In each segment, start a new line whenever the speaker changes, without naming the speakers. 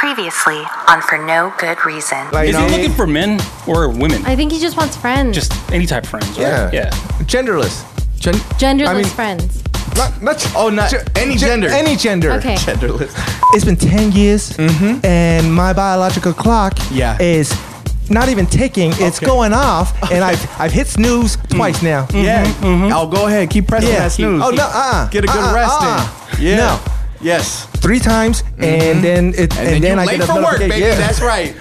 Previously on For No Good Reason.
Like,
Is
you
he
know,
looking for men or women?
I think he just wants friends.
Just any type of friends, right?
Yeah.
Yeah.
genderless.
Gen-
genderless
I mean-
friends.
Not, not
Oh, not-
any
gen-
gender.
any gender.
Okay.
Genderless.
It's been 10 years, and my biological clock
Mm-hmm. Yeah.
is not even ticking. It's
Okay.
going off, and I've, I've hit Mm-hmm. snooze twice now.
Yeah. Oh, go ahead. Keep pressing
Yeah.
that snooze.
Oh, no, uh-uh.
Get a good
Uh-uh,
rest
uh-uh.
in. Yeah.
No.
Yes.
Three times, and then it, and, then,
you
I
late
get a
for work,
notification.
baby.
Yeah.
That's right.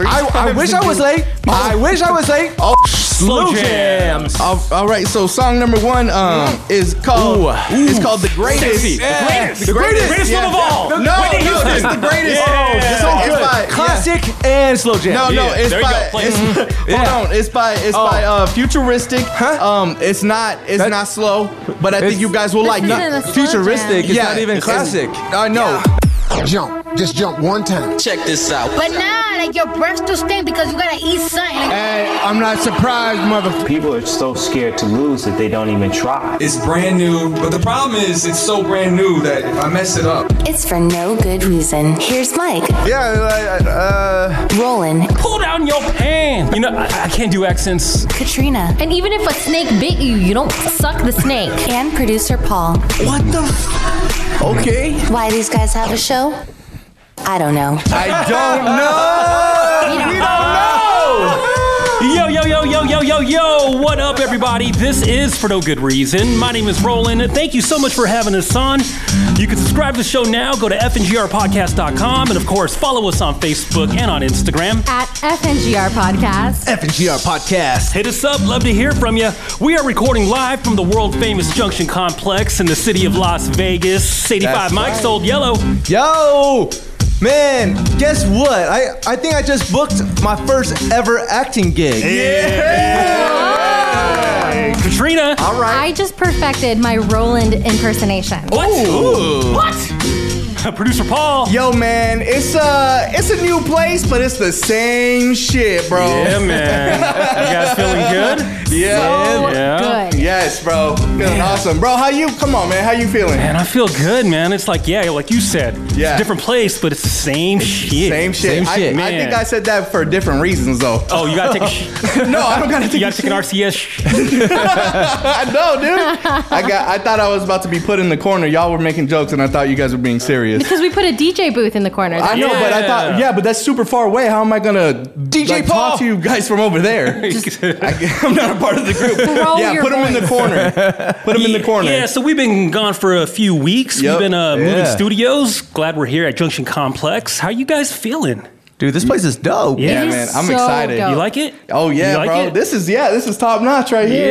I, I wish I was late. I wish I was late.
Oh, slow
jams.
All, all right, so song number one um,
Mm.
is called it's called the greatest.
Sexy.
Yeah.
Greatest.
The greatest.
Greatest one of all.
No,
Whitney
no,
Houston.
this is the greatest.
Yeah.
This
So
is-
good.
It's by, Oh, yeah.
Classic and slow jam.
No, no,
Yeah,
it's
there you
by.
go, play.
it's, hold
Yeah.
on, it's by. It's
Oh.
by uh, futuristic.
Huh?
Um, it's not. It's
That-
not slow, but I think
It's-
you guys will like.
This
it.
isn't a slow
Futuristic.
jam.
It's not even classic.
I know.
Jump. Just jump one time.
Check this out.
But nah, like your breath still stink because you gotta eat something.
Hey, I'm not surprised, mother.
People are so scared to lose that they don't even try.
It's brand new, but the problem is it's so brand new that if I mess it up,
It's For No Good Reason. Here's Mike,
Yeah, uh, uh,
Roland,
Pull down your pants. You know, I, I can't do accents.
Katrina,
And even if a snake bit you, you don't suck the snake.
and producer Paul.
What the? F- okay.
Why these guys have a show? I don't know.
I don't know. we don't know.
Yo, yo, yo, yo, yo, yo, yo. What up, everybody? This is For No Good Reason. My name is Roland. Thank you so much for having us on. You can subscribe to the show now. Go to fngrpodcast.com. And, of course, follow us on Facebook and on Instagram.
At FNGR Podcast.
FNGR podcast.
Hit us up. Love to hear from you. We are recording live from the world famous Junction Complex in the city of Las Vegas. 85
That's
Mike's Old Yellow.
yo, man, guess what? I, I think I just booked my first ever acting gig.
Katrina.
All right.
I just perfected my Roland impersonation.
Oh,
What? What? Producer Paul.
Yo, man, it's a it's a new place, but it's the same shit, bro.
Yeah, man. you guys feeling good?
Yeah.
So
Yeah.
good.
Yes, bro. Feeling awesome, bro. How you? Come on, man. How you feeling?
Man, I feel good, man. It's like, yeah, like you said, it's
Yeah.
a different place, but it's the same shit.
Same shit.
Same
I,
shit.
I
Man.
think I said that for different reasons, though.
Oh, you gotta take a sh-
no, I don't gotta
You
take.
gotta take an RCS. Sh-
I know, dude. I got. I thought I was about to be put in the corner. Y'all were making jokes, and I thought you guys were being serious.
Because we put a DJ booth in the corner.
I know, but I thought,
Yeah.
yeah, but that's super far away. How am I gonna DJ
Paul!
talk to you guys from over there? I, am not a part of the group.
Throw
yeah,
your
put him in the corner. Put him in the corner.
Yeah, so we've been gone for a few weeks.
Yep.
We've been uh, moving
Yeah.
studios. Glad we're here at Junction Complex. How you guys feeling?
Dude, this place is dope.
It
Yeah,
is
man, I'm
so
excited.
dope.
You like it?
Oh yeah,
You like
bro.
it?
This is yeah, this is top notch right here.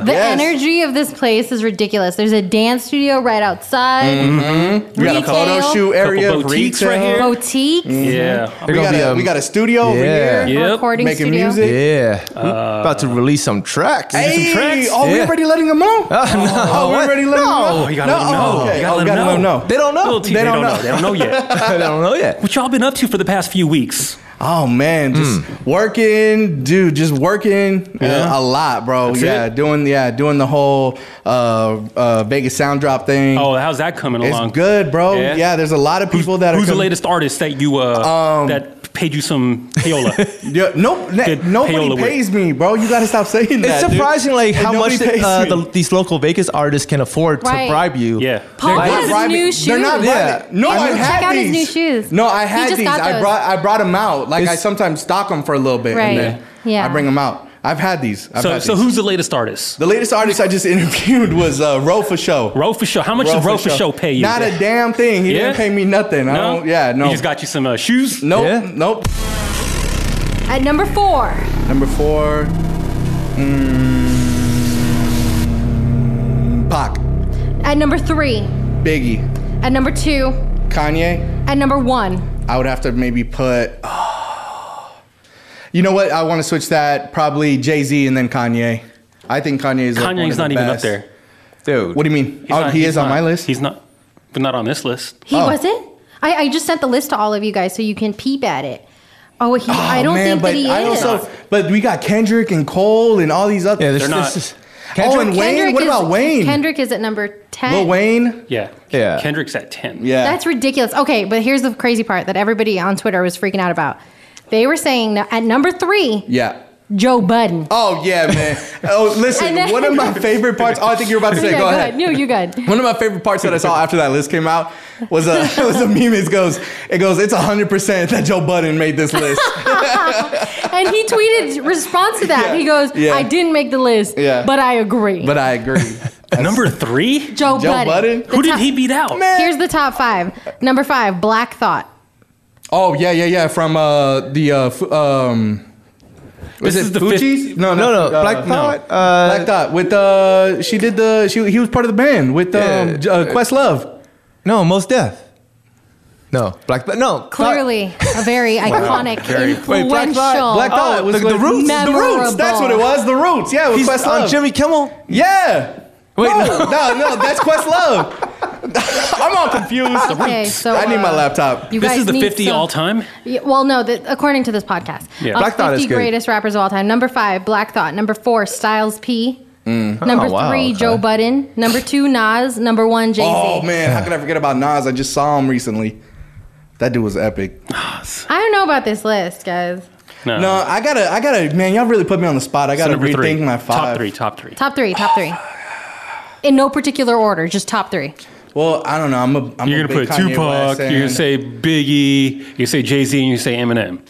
yeah.
The
Yes.
energy of this place is ridiculous. There's a dance studio right outside.
We Mm-hmm. got a
Retail.
photo shoot area,
Couple boutiques
retail.
right here.
Boutique.
Yeah.
We
They're
got,
gonna
a,
be, um,
we got a studio over
yeah.
here.
Yeah. Yep.
Recording
Making
studio.
music.
Yeah.
Uh.
We're about to release some tracks.
Hey,
tracks.
oh, we
Yeah.
already letting them know. Oh,
no.
we
What?
already letting
No.
them know.
Oh, you gotta let 'em know.
okay.
You gotta
Oh,
let 'em
gotta let 'em
know.
know.
They don't know.
Little team, they, don't know. They don't know yet.
I don't know yet.
what y'all been up to for the past few weeks?
Oh man, just working, dude, just working uh, a lot, bro. yeah,
it?
doing yeah, doing the whole uh, uh, Vegas sound drop thing.
Oh, how's that coming
it's
along?
good, bro.
Yeah?
Yeah. there's a lot of people that are Um,
Who's the
coming-
latest artist that you uh that paid you some payola?
Yeah, nope, na-
Did payola
nobody
with.
pays me, bro. You gotta stop saying that.
It's
dude.
surprising, like how
Nobody
much
pays
uh,
me.
the, these local Vegas artists can afford
Right.
to bribe you.
yeah.
Paul
They're
has
bribing-
new shoes.
They're not
Yeah.
bribing. No,
I
I,
know.
had
Check out his
these.
new shoes.
No, I
He
had
just
these.
got
I
those.
brought I brought them out. Like I
It's-
sometimes stock them for a little bit.
Right.
And then
Yeah.
I bring them out. I've had these. I've
So
had
so
these.
who's the latest artist?
the latest artist I just interviewed was uh, Ro for show.
Roe for show. How much did Roe for show pay you?
Not a damn thing. He
Yeah?
didn't pay me nothing. I don't. Yeah, no.
He just got you some uh, shoes.
Nope.
Yeah?
Nope.
At number four,
Number four. Mm, Hmm. Pac,
at number three,
Biggie,
at number two,
Kanye.
at number one.
I would have to maybe put. you know what? I want to switch that. Probably Jay Z and then Kanye. I think Kanye is. like, one
Kanye's
of the
not even up
best.
there.
dude.
What do you mean?
He's
Oh,
not-
he
he's
is on
not-
my list.
He's not, but not on this list.
He
Oh.
wasn't. I, I just sent the list to all of you guys so you can peep at it. Oh, he. I
Oh,
don't
man,
think
but
that he
I
is.
also, but we got Kendrick and Cole and all these other.
Yeah, there's-
They're not.
This is-
Oh, and Wayne? What
is-
about Wayne?
Kendrick is at number 10.
Lil Wayne?
Yeah.
Yeah.
Kendrick's at 10.
Yeah.
That's ridiculous. Okay, but here's the crazy part that everybody on Twitter was freaking out about. They were saying that at number three,
yeah.
Joe Budden.
Oh yeah, man. Oh, listen.
And then-
one of my favorite parts. Oh, I think you're about to say.
Yeah,
go ahead.
No, you good.
One of my favorite parts that I saw after that list came out was a was a meme. It goes, it goes. It's hundred percent that Joe Budden made this list.
And he tweeted response to that.
Yeah.
He goes,
Yeah.
"I didn't make the list,
Yeah.
but I agree."
but I agree.
Number three?
Joe,
Joe
Budden.
Budden.
Who did he beat out?
Here's the top five. Number five, Black Thought.
Oh yeah, yeah, yeah. From uh, the uh, fu- um, was
This
it
is the
Fuji's?
fif-
No,
No, no,
uh,
Black Thought.
Black
Uh,
Thought with uh, she did the she he was part of the band with um, J- uh, Questlove.
no, Most Death. No, Black Thought. No, Thought-
Clearly, a very iconic,
Wait,
influential.
Black Thought. Black
Oh,
Thought.
it was
the, the
with-
Roots.
The Roots. That's what it was. The Roots. Yeah, it was
He's
Questlove.
on Jimmy Kimmel.
Yeah. Wait, no, no, no, that's Questlove. I'm all confused.
Okay, so
I need my
uh,
laptop.
You
This
guys
is the
need
50
some-
all time.
Yeah, well, no, the, according to this podcast,
Yeah.
Of
Black Thought is
50
good.
greatest rappers of all time. Number five, Black Thought. Number four, Styles P. Number
Oh, wow,
three,
okay.
Joe Budden. Number two, Nas. Number one, Jay Z.
Oh man, how could I forget about Nas? I just saw him recently. That dude was epic.
I don't know about this list, guys.
No.
No, I gotta, I gotta, man, y'all really put me on the spot. I
So
gotta
number
rethink
three.
my five.
Top three, top three.
Top three, top three. In no particular order, just top three.
Well, I don't know. I'm a. I'm
You're
a
gonna
big
put
Kanye
Tupac.
West
You're
fan.
gonna say Biggie. You say Jay Z, and you say Eminem.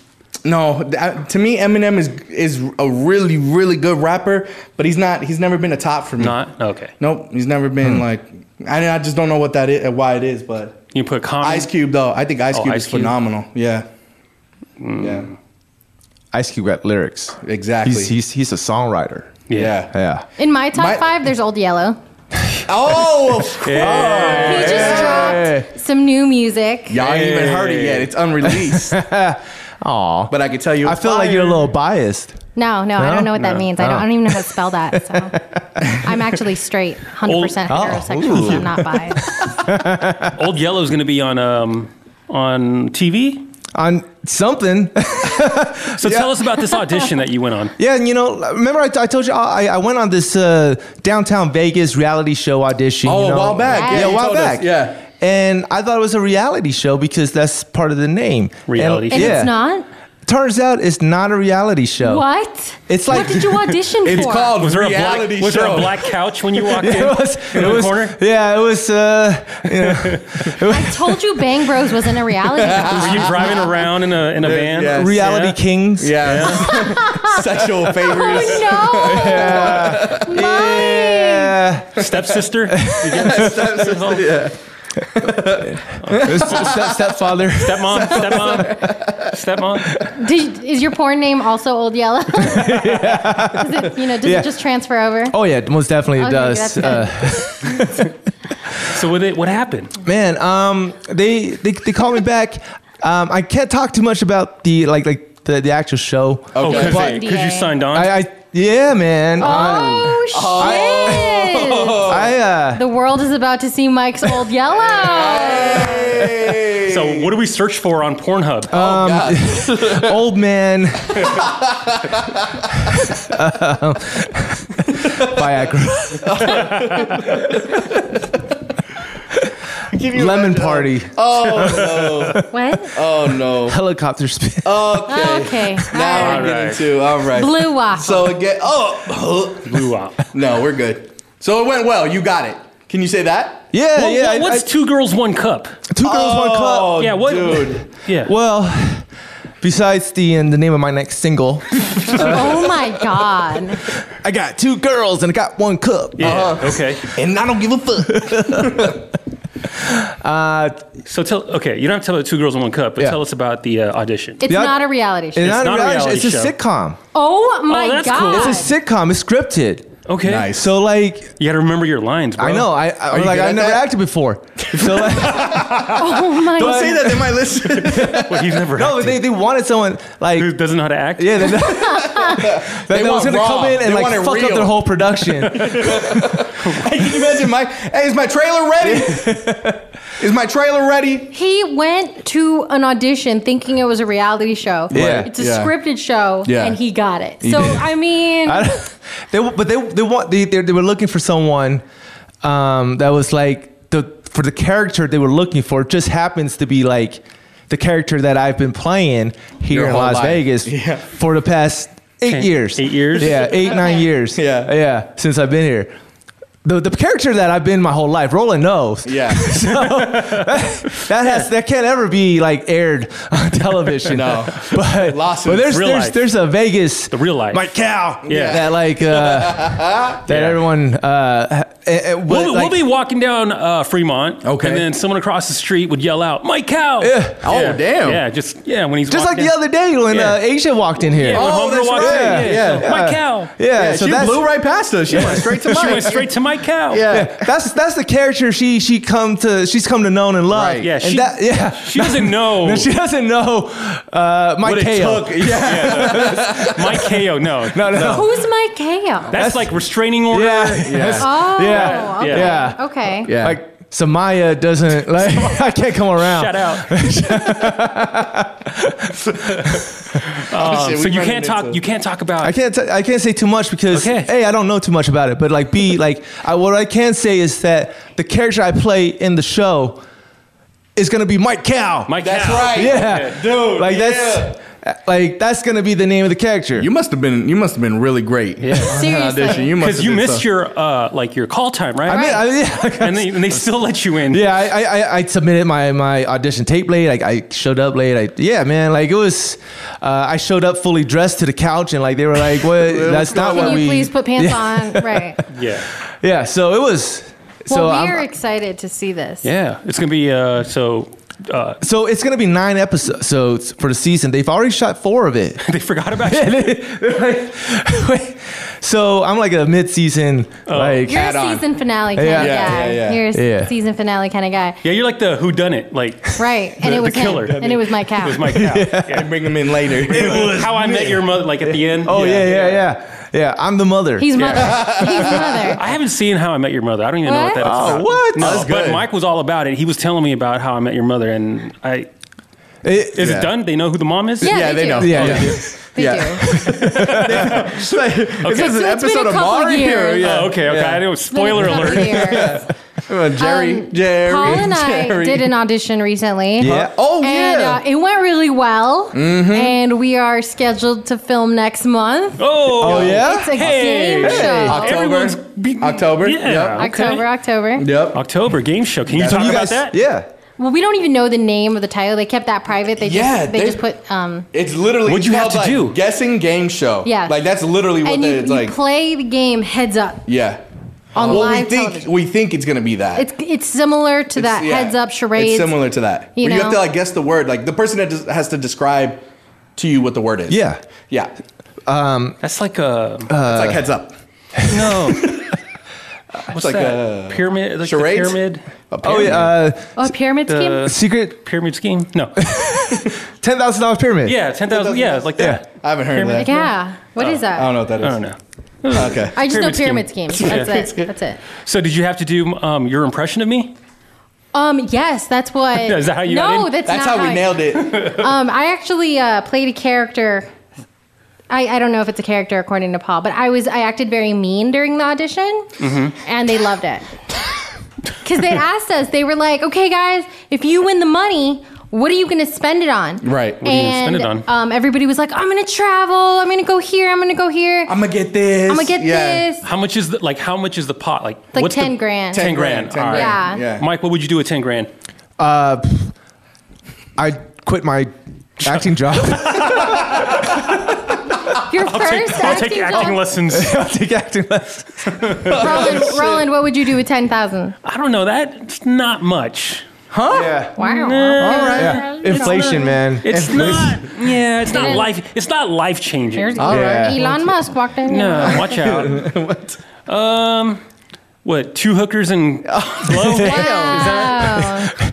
no. That, to me, Eminem is is a really really good rapper, but he's not. He's never been a top for me.
Not Hmm. okay.
Nope. He's never been like. I, I just don't know what that is. Why it is, but
You put Common.
Ice Cube though. I think Ice
Oh,
Cube
Ice
is
Cube. Hmm.
phenomenal. Yeah. Yeah.
Ice Cube got lyrics.
Exactly.
He's he's, he's a songwriter.
Yeah.
Yeah.
Yeah.
In my top
My-
five, there's Old Yellow.
Oh,
He just dropped some new music.
y'all ain't even heard it yet. It's unreleased.
Aw.
but I can tell you,
I
it's
feel like
fire.
you're a little biased.
No, no, I
No?
don't know what that means. I don't, I don't even know how to spell that. So I'm actually straight, 100%
Old- oh,
heterosexual. so
ooh.
I'm not biased.
Old Yellow's gonna be on um on TV.
On something.
So tell us about this audition that you went on.
yeah, and you know, remember I, I told you I, I went on this uh, downtown Vegas reality show audition.
Oh,
you
a
know?
while back.
Yeah,
Yeah, a
you
while
told us.
back.
Yeah.
And I thought it was a reality show because that's part of the name.
Reality
And,
And
show.
yeah.
it's not?
Turns out it's not a reality show.
What?
It's like-
what did you audition
It's
for?
called
Was there a black
reality
Was
show.
there a black couch when you walked in?
It was.
in
it
the
was.
corner.
Yeah, it was. Uh,
I told you Bang Bros wasn't a reality show.
Were you driving around in a in a van?
yes.
reality
Yeah.
kings.
Yeah. Sexual favors.
Oh no! Mine.
Yeah.
Stepsister. You get Stepsister.
Step, stepfather.
Stepmom. Stepmom. Stepmom.
Did, is your porn name also Old Yellow? Is it, you know, does
Yeah.
it just transfer over?
Oh yeah, most definitely
Okay,
it does.
that's
Uh,
So what it what happened?
man, um, they they they called me back. Um, I can't talk too much about the like like the, the actual show.
Oh,
Okay.
because you
NDA.
signed on.
I, I yeah, man. I,
Oh, shit!
I uh,
The world is about to see Mike's Old Yellow.
so what do we search for on Pornhub?
Uh,
old man. Viagra. Lemon party.
what?
Oh no.
Helicopter spin.
Oh, okay.
Now
All
we're
right.
getting to all right.
Blue waffle.
So again, oh
Blew out.
no, we're good. So it went well. You got it. Can you say that?
Yeah,
Well,
yeah.
what-
I-
what's
I-
two girls, one cup?
two girls, one cup?
Oh,
Yeah, what-
dude?
Yeah.
Well, besides the and the name of my next single,
oh my god.
I got two girls and I got one cup.
yeah.
Uh-huh.
Okay.
And I don't give a fuck.
So tell. Okay, you don't have to tell about two girls in one cup, but
Yeah.
tell us about the uh, audition.
It's
Yeah.
not a reality show.
It's, not,
not a
a reality.
reality
It's a
show.
sitcom.
oh my
Oh, that's cool.
god.
It's a sitcom. It's scripted.
okay.
Nice.
So like,
You got to remember your lines, bro.
I know. I, I
you
like
good
I
at
never
that?
acted before. So like,
oh my
Don't
god.
say that. They might listen.
Well, he's never.
no,
acted.
they, they wanted someone like
Who doesn't know how to act?
yeah. They, That, that was
want
gonna
raw.
come in and
They
like
want it
fuck up
real.
their whole production.
Hey, can you imagine my? Hey, is my trailer ready? is my trailer ready?
He went to an audition thinking it was a reality show.
Yeah,
It's a
yeah.
scripted show
Yeah.
and he got it.
He
so
did.
I mean
I don't- they but they they want they they, they were looking for someone um, that was like the for the character they were looking for It just happens to be like the character that I've been playing here
Your
in
whole
Las
life.
Vegas
Yeah.
for the past eight
Ten-
years.
eight years?
Yeah, eight nine years.
Yeah.
yeah, since I've been here. The, the character that I've been my whole life, Roland knows.
Yeah.
That has that can't ever be like aired on television.
No.
but, but
Lawsuits.
there's
Real
there's,
life.
there's a Vegas
The real life.
my cow.
Yeah.
That like uh, that everyone. Uh, ha- eh, eh, but,
We'll, be-
like,
we'll be walking down uh, Fremont,
Okay.
and then someone across the street would yell out, "Mike Cow!" Yeah.
Oh, damn.
Yeah, just yeah. When he's
just like
walking
the
down-
other day when
Yeah.
uh, Asia walked in here.
Yeah, when
Oh,
Homer
that's
walked
right.
in,
Yeah,
yeah,
yeah.
so, "Mike Cow!"
Yeah,
Yeah,
so
she
that's,
blew right past us. She went straight to
She
Mike.
went straight to Mike Cow.
Yeah.
that's that's the character she she come to she's come to known and love.
Right.
Yeah,
and
she-
that, yeah.
She doesn't know
And she doesn't know uh, Mike
What it
Kao.
took. Yeah.
Mike Ko. No,
No, no.
who's my KO?
that's, like restraining order.
yeah,
Yeah.
oh
yeah,
okay.
yeah.
Okay.
Yeah.
Like Samaya doesn't like I can't come around.
Shout out.
Oh, shit,
Um, so
we
you
running
can't talk.
into-
You can't talk about.
I can't. T- I can't say too much because
Okay.
a I don't know too much about it. But like b like I, what I can say is that the character I play in the show is gonna be Mike Cow.
Mike
That's
Cow.
right.
Yeah,
Dude,
Like
yeah.
that's like that's gonna be the name of the character.
You must have been. You must have been really great. Yeah.
Seriously.
Because you missed your uh, like your call time, right?
I mean, I, yeah,
and, they, and they still let you in.
yeah. I, I I- I submitted my my audition tape late. Like I showed up late. I yeah, man. Like it was. Uh, I showed up fully dressed to the couch, and like they were like, "What? that's not
Can
what
you
we."
please put pants on? Right.
yeah,
yeah. So it was. so
well,
I'm-
we're excited to see this.
yeah. It's gonna be uh, so. Uh,
So it's gonna be nine episodes for the season. They've already shot four of it.
they forgot about you.
so I'm like a mid-season,
Oh.
like
You're a
Add on.
season finale kind
Yeah.
of
Yeah,
guy.
yeah, yeah.
You're a
Yeah.
season finale kind of guy.
Yeah, you're like the who done it, like
Right. And
The-
it was
the killer.
him. And it was my cow.
it was Mike Cow.
I bring him in later.
How I Met Your Mother, like at the end.
oh yeah, yeah, yeah, yeah. I'm the mother.
He's mother. He's mother.
I haven't seen How I Met Your Mother. I don't even know what
What?
that is.
oh
about.
what?
No,
That's
but
good.
Mike was all about it. He was telling me about How I Met Your Mother, and I
It-
is
Yeah.
it done? They know who the mom is.
Yeah,
Yeah,
they,
they
do.
know.
yeah,
Okay.
yeah.
They
Yeah.
do.
It's like- Is this
So
an
it's been
episode
a
of
couple
Mario?
years. Um,
Yeah.
Oh, okay, okay. I know. Uh, Spoiler
Been a couple
alert.
years.
Uh, Jerry,
Um,
Jerry,
Paul and I
Jerry.
did an audition recently.
Yeah.
Oh
And
yeah. Mm-hmm.
uh, it went really well, and we are scheduled to film next month.
Oh,
Oh yeah.
It's a
Hey.
game
Hey.
show.
October.
Everyone's be-
October.
Yeah.
Yep.
October, October.
Yep.
October game show. Can you
That's
talk
what you
about
guys-
that?
Yeah.
Well, we don't even know the name of the title. They kept that private. They
Yeah,
just they,
they-
just put um
It's literally
What'd you
it's
have
called,
to
like,
do?
Guessing game show.
yeah.
Like that's literally what
and
they,
you,
it's
you
like.
play the game heads up
yeah.
on
well,
live
we think
television.
we think it's gonna be that.
It's it's similar to that
yeah.
heads up charades.
It's similar to that.
you
Where you have
know?
to like guess the word. Like the person that des- has to describe to you what the word is.
Yeah.
Yeah.
That's like a
It's like heads up.
no. What's
like
that?
a-
pyramid. Like the
Charades?
pyramid.
Oh yeah. Uh,
oh, pyramid scheme.
The-
secret
Pyramid scheme. No.
ten thousand dollar pyramid.
Yeah, ten thousand. Yeah, like that.
I haven't heard of that.
yeah. What is
Oh.
that?
I don't know what that is.
I don't know.
Okay.
I just know
Pyramid
pyramid
scheme.
scheme.
Yeah.
That's it. That's it.
So did you have to do um, your impression of me?
Um, yes, that's what.
Is that how you got
No,
in?
that's,
That's
not
how we
I-
nailed it.
Um, I actually uh, played a character. I, I don't know if it's a character according to Paul, but I was I acted very mean during the audition,
Mm-hmm.
and they loved it. Because they asked us, they were like, "Okay, guys, if you win the money." What are you going to spend it on?
Right. What
are you gonna spend
and,
it on?
Um, everybody was like, I'm going to travel. I'm going to go here. I'm going to go here. I'm
I'm gonna get this.
going to get
Yeah.
this.
How much is the, like how much is the pot? Like
Like
what's the-
10 grand.
10 grand.
10
All right.
grand.
Yeah.
Mike, what would you do with ten grand?
Uh, I quit my acting job.
Your first
I'll take
acting
acting
job.
lessons.
I'll take acting lessons.
Roland, Roland, what would you do with 10000
I don't know. That's not much.
Huh? Yeah.
Wow.
All right. Yeah. Inflation, man.
It's
Inflation.
not. Yeah, it's not
Then-
life. It's not life changing.
Here's
Yeah.
Elon Musk walked in.
No, watch out. what? Um, what? Two hookers and blow?
Wow.
That-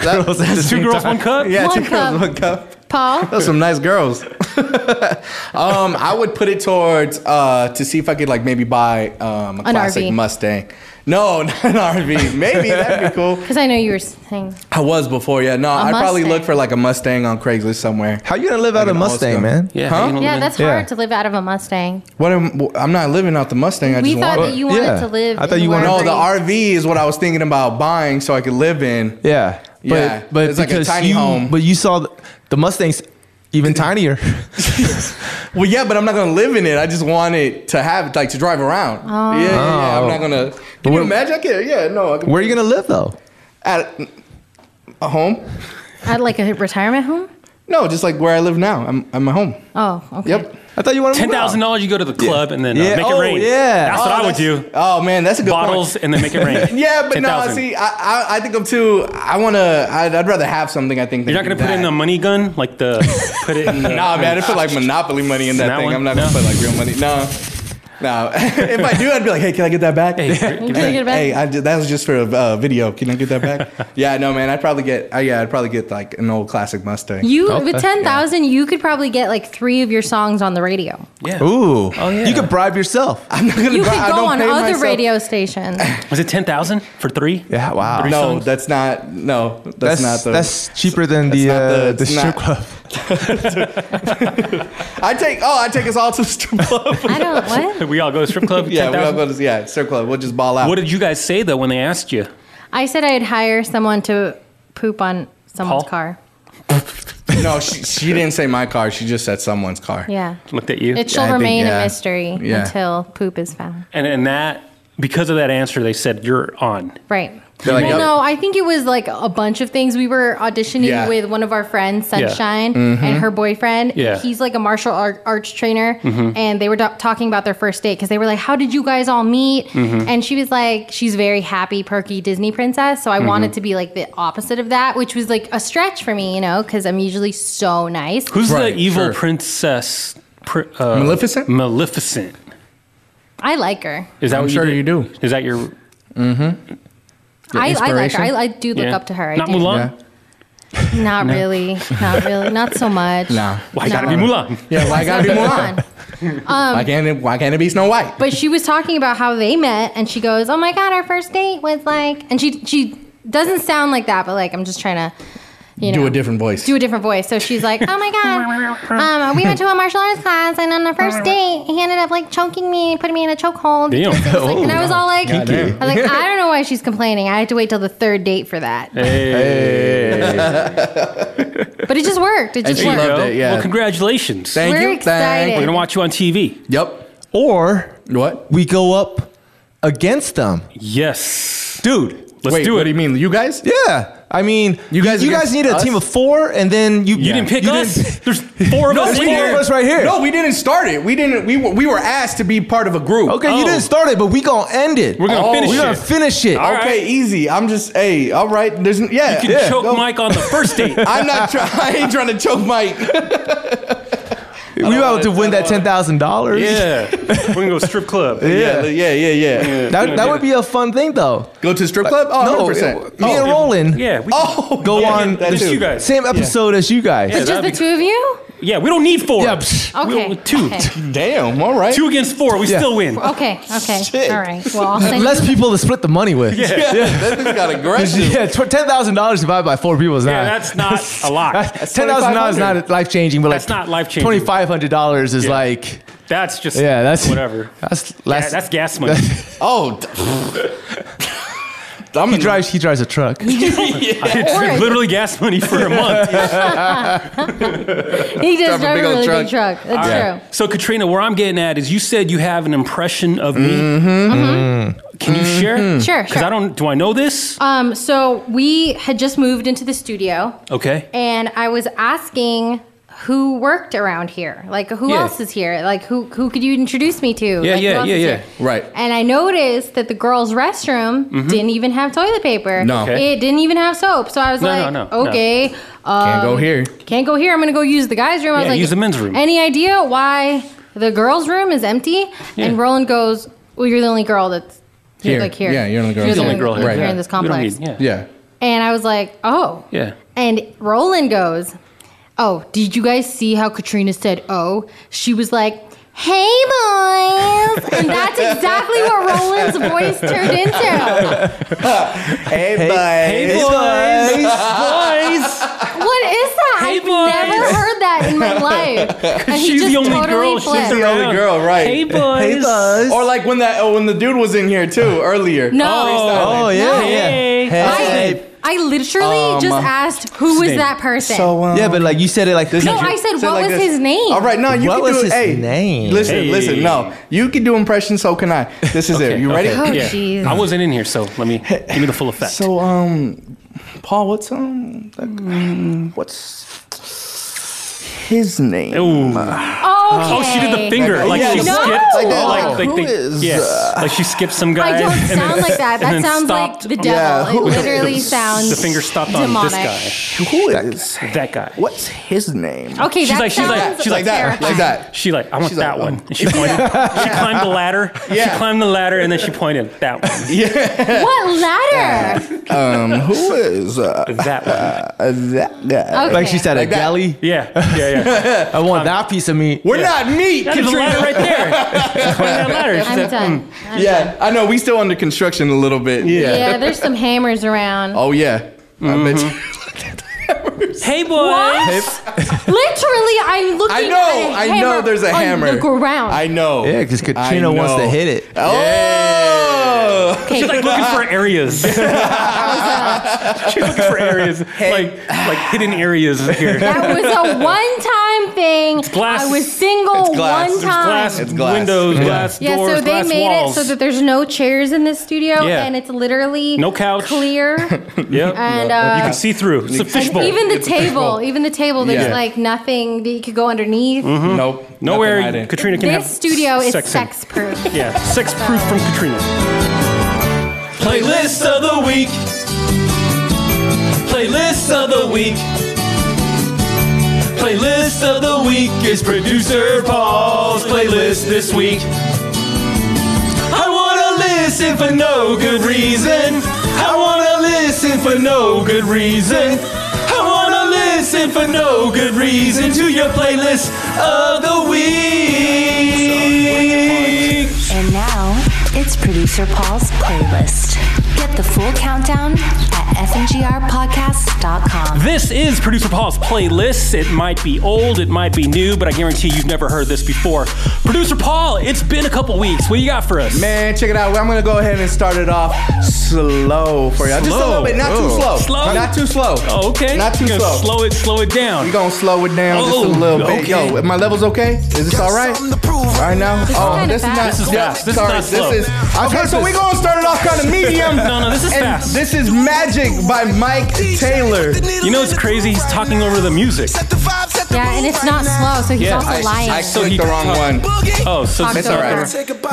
Girls at the
Two
same
girls,
time.
one cup.
Yeah,
One
two girls,
cup.
one cup.
Paul,
Those are some nice girls. Um, I would put it towards uh, to see if I could like maybe buy um, a
An
classic
RV.
Mustang. No, not an RV. Maybe that'd be cool.
Because I know you were saying
I was before, yeah. No, I'd probably
Mustang.
look for like a Mustang on Craigslist somewhere.
How you gonna live out
Like
of
an
Mustang,
Oscar.
man?
Yeah,
Huh?
you know,
Yeah,
man.
that's
Yeah.
hard to live out of a Mustang.
What am I'm not living out the Mustang. I
we
just
thought
want.
that you wanted
Yeah.
to live.
I thought you
anywhere
wanted-
no, the
free.
RV is what I was thinking about buying so I could live in.
Yeah, but
Yeah,
but
it's like a
because
tiny
you
home.
but you saw the, the Mustangs even tinier.
Well, yeah, but I'm not gonna live in it. I just want it to have like to drive around. Oh. Yeah, yeah, yeah. I'm not gonna. Can you
Where-
imagine? I can, yeah, no. I can,
Where are you gonna live though?
at a home?
At like a retirement home.
No, just like where I live now. I'm at my home.
Oh, okay.
Yep.
I thought you wanted to
Ten
move out.
thousand dollars, you go to the club and then uh,
Yeah,
make
oh,
it rain.
yeah.
that's what
Oh,
I would
that's-
do.
Oh man, that's a good
Bottles
Point.
and then make it rain.
Yeah, but no,
10,000.
see, I, I I think I'm too. I wanna. I'd, I'd rather have something. I think than
You're not gonna put
that.
in the money gun like the put it in. The,
Nah, man, I put like Monopoly money in that,
That
thing.
one?
I'm not gonna
No.
put like real money. No, no. if I do, I'd be like, hey, can I get that back? Hey,
Give me
Can you get it back?
I did, that was just for a uh, video. Can I get that back? yeah, no, man. I'd probably get. Uh, yeah, I'd probably get like an old classic Mustang.
You with ten thousand, you could probably get like three of your songs on the radio.
Yeah.
Ooh,
Oh, yeah.
you could bribe yourself.
I'm not gonna.
You
buy-
could
I
go
don't
on
pay
other
myself-
radio stations.
Was it ten thousand for three?
Yeah, wow.
Three
No,
songs?
that's not. No, that's, not the.
that's cheaper than the
not the-
uh, the
it's not-
strip club.
I take. Oh, I take us all to the strip club.
I don't what.
We all go to strip club.
yeah, we'll
10,000?
go to, yeah, strip club. We'll just ball out.
What did you guys say though when they asked you?
I said I'd hire someone to poop on someone's
Paul?
car.
no, she, she didn't say my car. She just said someone's car.
Yeah.
Looked at you.
It shall
I think,
remain
yeah.
a mystery
Yeah.
until poop is found.
and and that because of that answer, they said you're on.
Right.
They're like, oh.
well,
"Yep."
no, I think it was like a bunch of things. We were auditioning
Yeah.
with one of our friends,
Yeah.
Sunshine,
Mm-hmm.
and her boyfriend.
Yeah. Mm-hmm.
He's like a martial art, arts trainer. And they were do- talking about their first date because they were like, How did you guys all meet?
Mm-hmm.
And she was like, She's very happy, perky Disney princess.
Mm-hmm.
So I wanted to be like the opposite of that, which was like a stretch for me, you know, because I'm usually so nice.
Who's
Right,
the evil
sure.
princess? Pr- uh,
Maleficent?
Maleficent.
I like her.
Is that
I'm
what
sure
you,
you do.
Is that your
I, I like her.
inspiration?
I, I do look
yeah.
up to her. I
Not
do.
Mulan.
Not really. Not really. Not so much.
Nah.
Why gotta be Mulan?
Yeah, why gotta be Mulan?
Mulan.
Why can't it? Why can't it be Snow White?
But she was talking about how they met, and she goes, "Oh my god, our first date was like," and she she doesn't sound like that, but like I'm just trying to, you know,
do a different voice.
do a different voice. So she's like, "Oh my god, um, we went to a martial arts class, and on the first date, he ended up like choking me and putting me in a chokehold."
Damn.
It was like- and
Oh,
I was all like,
Kinky.
"I was like, I don't know why she's complaining. I had to wait till the third date for that." But it just worked. It just
she
worked.
loved it, yeah.
Well, congratulations.
Thank
We're
you.
excited.
We're gonna watch you on TV.
Thank. Yep.
Or
What?
we go up against them,
Yes.
dude.
Let's
Wait,
do it.
What do you mean? You guys?
Yeah, I mean, you
guys
guys, you
against
guys need a
us?
team of four, and then you
You didn't pick us.
didn't-
There's four of
No,
us in
we didn't.
here.
Four of us right here.
No, we didn't start it. We didn't. We were, we were asked to be part of a group.
okay,
Oh.
you didn't start it, but we gonna end it.
We're gonna
Oh.
finish
we
it.
gonna finish it.
All right.
Okay, easy. I'm just. Hey, all right. There's. n- Yeah.
You can
yeah,
choke
no.
Mike on the first date.
I'm not trying. I ain't trying to choke Mike.
We about to win that ten thousand dollars.
yeah. We're gonna go strip club.
Yeah. Yeah. Yeah. Yeah.
That, that would be a fun thing though.
Go to strip club. Oh,
no,
100%.
me and
oh.
Roland,
Yeah. We,
Oh,
Go on.
That
Just
too.
you guys.
same episode as you guys.
Yeah,
It's just
that'd be-
the two of you.
Yeah, we don't need four.
Yeah, psh.
Okay.
We- two.
Okay.
Damn. All right.
Two against four, we
Yeah.
still win.
Okay. okay.
Shit.
All right. Well, I'll send
Less people to split the money with. Yeah,
That thing got aggressive.
yeah tw- ten thousand dollars divided by four people is
Yeah,
not.
that's not a lot.
Ten thousand dollars is not life changing, but
That's
like
not life-changing.
Twenty five hundred dollars is
Yeah.
like
That's just
yeah, that's
whatever.
That's
Yeah,
last.
that's gas money.
Oh. d- I'm
he
in-
drives. He drives a truck.
Or-
Literally gas money for a month.
He
Drive
does drive
a
a
big old
really
truck.
big truck. That's
Yeah.
true.
So Katrina, where I'm getting at is you said you have an impression of me.
Mm-hmm.
Mm-hmm. Can you share?
Mm-hmm. Sure,
Because
sure.
I don't. Do I know this?
Um, so we had just moved into the studio,
okay.
and I was asking who worked around here, like who
Yeah.
else is here, like who who could you introduce me to?
Yeah,
Like, who
yeah,
else
yeah,
is
yeah.
here?
Right.
And I noticed that the girls' restroom
Mm-hmm.
didn't even have toilet paper.
No. Okay.
it didn't even have soap. So I was
No,
like,
no, no, no.
okay, Um,
Can't go here.
Can't go here. I'm gonna go use the guys' room. I was
Yeah,
like,
use the men's room.
Any idea why the girls' room is empty? And
Yeah.
Roland goes, well, you're the only girl that's here.
Here.
Like here.
Yeah, you're the only girl.
You're the
You're
only girl here,
Right.
in this
We don't
complex.
need- yeah.
Yeah.
And I was like, oh.
Yeah.
And Roland goes, Oh, did you guys see how Katrina said, oh? She was like, hey, boys. And that's exactly what Roland's voice turned into.
Hey, hey,
Hey, boys. boys.
What is that?
Hey,
I've
boys.
never heard that in my life. And he
she's
just
the only
totally
girl. She's
flipped.
the
only
around.
girl, right.
Hey, boys.
Hey, buzz.
Or like when that oh, when the dude was in here too
Uh,
earlier.
No.
Oh yeah,
No.
yeah.
Hey.
I, I literally
Um,
just asked, who was
name?
that person?
um,
yeah, but like you said it like this.
no,
like-
I said,
Say it
what
like
was
this.
his name?
All right, no, you
What
can
was
do
his
it. Hey,
name?
Listen,
Hey.
listen, no, you can do impressions. So can I. This is it. You ready?
Oh, jeez.
I wasn't in here, so let me give me the full effect.
So, um, Paul, what's um, that-
Hmm.
what's his name?
Ooh.
Okay.
Oh, she did the finger. Like
Yeah,
she
the-
No.
skipped.
Like
that, like,
Like, like
Oh, who
they,
is,
yes.
uh,
like she skipped some guy.
I don't
and then-
sound like
and
that. That
then
sounds
stopped.
like the devil.
who-
it literally sounds
The finger stopped on
demonic.
this
Who is
guy. That guy.
what's his name?
Okay,
She's
that
like- she's
sounds
like- she's like
that, like that.
She like, I want
She's
that
like,
one.
oh.
And she pointed. She climbed the ladder. She
Yeah.
climbed the ladder and then she pointed that one.
What ladder?
Um, who is uh,
That one.
uh, that guy?
Okay.
like she said a
that.
galley.
Yeah. Yeah. Yeah.
I want that piece of meat.
We're not meat.
That's a ladder right there. She climbed that ladder. mm, She
I'm
said,
done. I'm
Yeah, I know. We still under construction a little bit.
done. Yeah, there's some hammers around.
Oh yeah.
Mm-hmm.
I bet you-
Hey, boy.
What? Literally, I'm looking
I
at
know.
a
I
hammer
know.
oh,
There's a
on
hammer.
the ground.
I know.
Yeah, because Katrina
I
wants to
know.
hit it.
Oh.
okay,
She's like looking for areas. She's looking for areas, like like hidden areas here.
that was a one-time thing.
glass.
I was single
It's glass.
one
It's
time.
Glass,
It's glass.
windows,
Yeah.
glass
Yeah,
doors,
so they
glass
made
walls.
it so that there's no chairs in the studio,
Yeah.
and it's literally
No couch.
clear,
Yep.
and
you
uh,
can see through. It's a
and
fishbowl.
even the
It's a fishbowl.
table, even the table, there's
Yeah.
like nothing that you could go underneath.
Mm-hmm. Nope.
Nowhere
nothing hiding.
Katrina Mm-hmm. can have
This studio is
sex in.
sex proof.
Yeah, sex proof from Katrina.
Playlist of the week. Playlist of the week. Playlist of the week is producer Paul's playlist this week. I wanna listen for no good reason. I wanna listen for no good reason. I wanna listen for no good reason to your playlist of the week.
And now it's producer Paul's playlist. Get the full countdown at fngrpodcast.com.
This is Producer Paul's playlist. It might be old, it might be new, but I guarantee you've never heard this before. Producer Paul, it's been a couple weeks. What you got for us?
Man, check it out. I'm gonna go ahead and start it off slow for y'all. Just a
Slow.
little bit, not too
Ooh.
slow.
Slow?
Not too slow.
Oh, okay.
Not too
You're gonna
slow.
Slow it, slow it down.
We're gonna slow it down
Oh,
just a little bit.
okay.
Yo, am my levels okay? Is this all right? All right now. Oh,
kinda
this is
fast.
not.
This
is
yeah,
fast. This is
sorry,
not slow.
This is okay. So we're gonna start it off kind of medium.
No, no, this is
and
fast.
This is Magic by Mike Taylor.
you know it's crazy? He's talking over the music.
Yeah, and it's not slow, so he's
Yeah,
also
I,
lying.
I
So he-
clicked the wrong one.
Oh, so
Talk
it's
to
all right.
her.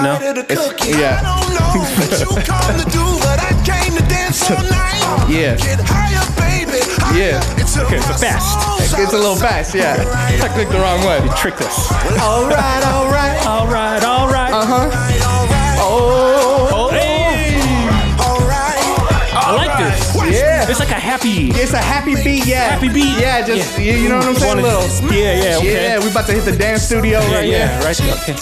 No.
It's, yeah, yeah. Yeah.
Okay, so fast.
It's a little fast. Yeah, I clicked the wrong one.
Trick us.
All right, all right.
All right, all right.
Uh huh. Oh,
Hey! I like this.
yeah.
It's like a happy.
It's a happy beat, yeah.
Happy beat.
Yeah, just You, you know what I'm saying?
Wanna-
Little.
Yeah, yeah, okay.
Yeah, we about to hit the dance studio
Yeah,
right
yeah, right there. Okay.
here.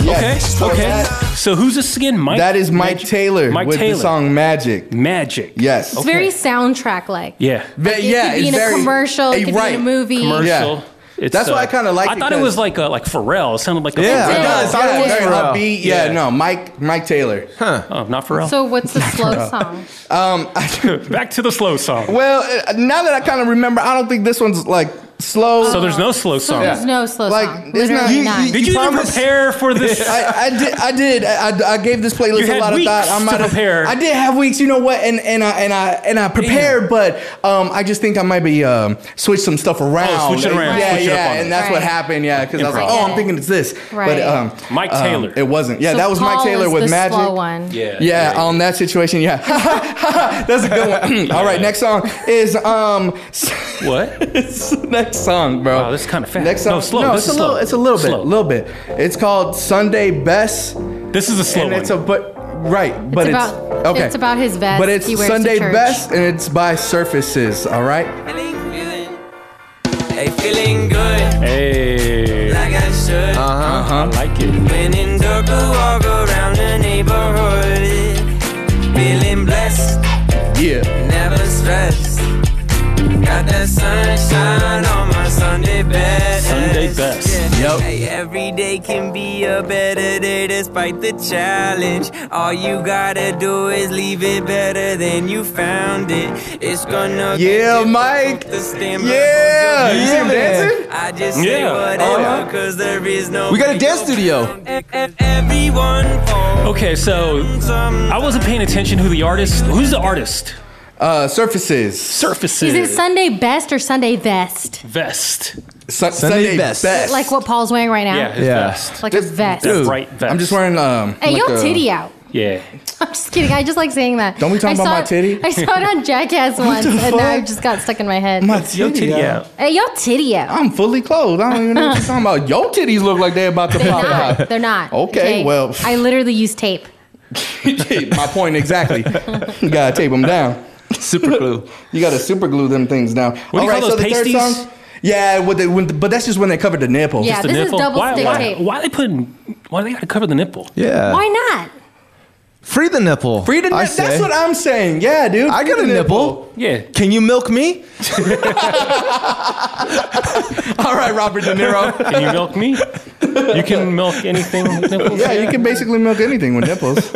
Okay.
Yeah.
Okay. So who's this again? Mike.
That is Mike Taylor
Mike
with
Taylor.
the song Magic.
Magic.
Yes.
It's very soundtrack like.
Yeah.
Ve-
It
yeah,
could be
it's
in
very,
a commercial, it could be
right.
in a movie.
Commercial.
Yeah.
It's, uh,
That's why I kinda like
I
it
thought it
'cause-
was like a, like Pharrell. It sounded like a
Yeah, it
Pharrell.
does.
Yeah,
Sounded like
very
Pharrell.
upbeat. Yeah,
Yeah.
no, Mike Mike Taylor.
Oh, not Pharrell.
So what's the slow song?
Back to the slow song.
Well, uh, now that I kind of remember, I don't think this one's like slow.
So there's no slow song.
There's no slow
Like,
song.
it's not-
Literally
you-
none.
you-
Did you, even
promise-
prepare for this?
I, I did. I did. I, I gave this playlist
You had
a lot
weeks
of thought.
to
I might
prepare.
I did have weeks. You know what? And and I and I and I prepared, but um, I just think I might be um, switch some stuff around.
Oh, switch it around,
Yeah,
switch it up
yeah.
on it.
and that's what
Right.
happened. Yeah, because I was like,
Improv.
oh, I'm thinking it's this.
Right.
But um,
Mike
um,
Taylor.
it wasn't. Yeah,
So
that was Mike
Paul
Taylor
is
with
the
Magic.
Slow one.
yeah.
Yeah, on that situation, yeah. That's a good one. All right, next song is um
What?
next song, bro.
Wow, this is kinda fast.
Next
No,
song.
slow. This
it's a
is
little
slow.
it's a little bit.
Slow.
little bit. It's called Sunday Best
This is a slow
and
one.
it's a but right, but it's,
about-
okay.
it's about his vest
But it's
he wears to
Sunday
church.
Best and it's by Surfaces, all right?
Hey, night feeling good,
Hey. Uh-huh.
like I should.
Uh-huh.
I like it.
When in dark, I walk around the neighborhood, feeling blessed,
Yeah.
never stressed. Got that sunshine on my Sunday best.
Sunday best.
Yeah.
Yup.
Hey, every day can be a better day despite the challenge. All you gotta do is leave it better than you found it. It's gonna get
Yeah,
difficult
Mike.
to stand
Yeah.
behind
You
your
see him
Yeah.
dancing?
I just say
Yeah.
whatever,
Oh, yeah.
cause there is no
We got a
way
dance studio.
around it. Everyone falls
Okay, so
some
I wasn't paying attention who the artist. Who's the artist?
Uh, surfaces.
Surfaces.
Is it Sunday best or Sunday vest?
vest.
Su-
Sunday
Sunday
best.
best.
Like what Paul's wearing right now?
Yeah, his
Yeah.
vest.
Like a
This-
vest.
That
Dude,
bright vest.
I'm just wearing um.
Hey,
like
your
a-
titty out.
Yeah.
I'm just kidding. I just like saying that.
Don't we talk
I
about
saw
my
it-
titty?
I saw it on Jackass once,
the
and
fuck?
now it just got stuck in my head.
My
Yo, titty out.
hey, your titty out.
I'm fully clothed. I don't even know what you're talking about. Your titties look like they're about to
They're
pop out.
not. They're not.
Okay, well.
I literally use tape.
My point exactly. you gotta tape them down.
Super glue.
You gotta super glue them things down.
What do you call those, pasties?
yeah, with the, when the, but that's just when they cover the nipples.
Yeah,
The
this
nipple.
is double
why,
stick
why,
tape.
Why they putting? Why they gotta cover the nipple?
Yeah.
Why not?
Free the nipple.
Free the nip-
I
That's
say.
what I'm saying. Yeah, dude.
I got a
Free the
nipple.
Yeah.
Can you milk me?
All right, Robert De Niro.
Can you milk me? You can milk anything with nipples.
Yeah, you can basically milk anything with nipples.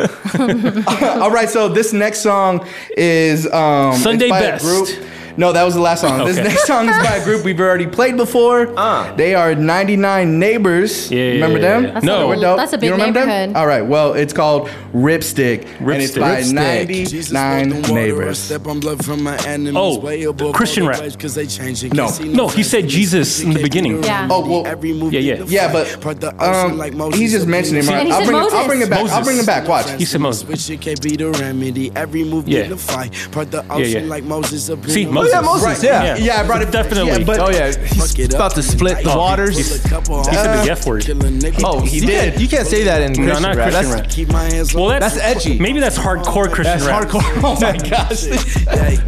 All right, so this next song is um, it's
Sunday
by a
Best.
group. No, that was the last song. This
Okay. Ah.
next song is by a group we've already played before.
Uh.
They are 99 Neighbors.
Yeah, yeah,
remember
yeah,
them?
yeah. That's
a
They were
little-
dope.
that's a
You
big
remember them?
neighborhood.
All right, well, it's called Ripstick, and it's
Ripstick.
by
Ripstick.
99 Neighbors.
Oh, Christian rap.
No.
No, he said Jesus in the beginning.
Yeah.
Oh, well,
Yeah, yeah.
yeah, but um, he's just mentioning it.
And
Right?
he
I'll,
said
bring it, I'll bring
Moses.
it back. I'll bring it back. Watch.
He said Moses.
Which it can't be the remedy. Every move
Yeah.
yeah. the fight. Part the
Yeah,
ocean
yeah.
like Moses. up in
See,
the-
Moses.
Oh, yeah, Moses, yeah.
yeah.
Yeah, I brought it
Definitely.
Yeah, but
Oh yeah, he's
Fuck it
about
up.
to split the
Oh,
waters.
Pull a couple
He
on-
said the F word.
Kill a nigga.
Oh, he
You
did.
did.
You can't say that in Christian
No, not
rap.
Christian
That's-
rap.
Keep my hands
Well,
on-
that's,
That's edgy.
Maybe that's hardcore Christian
That's
rap.
hardcore. Oh my gosh.
Hey,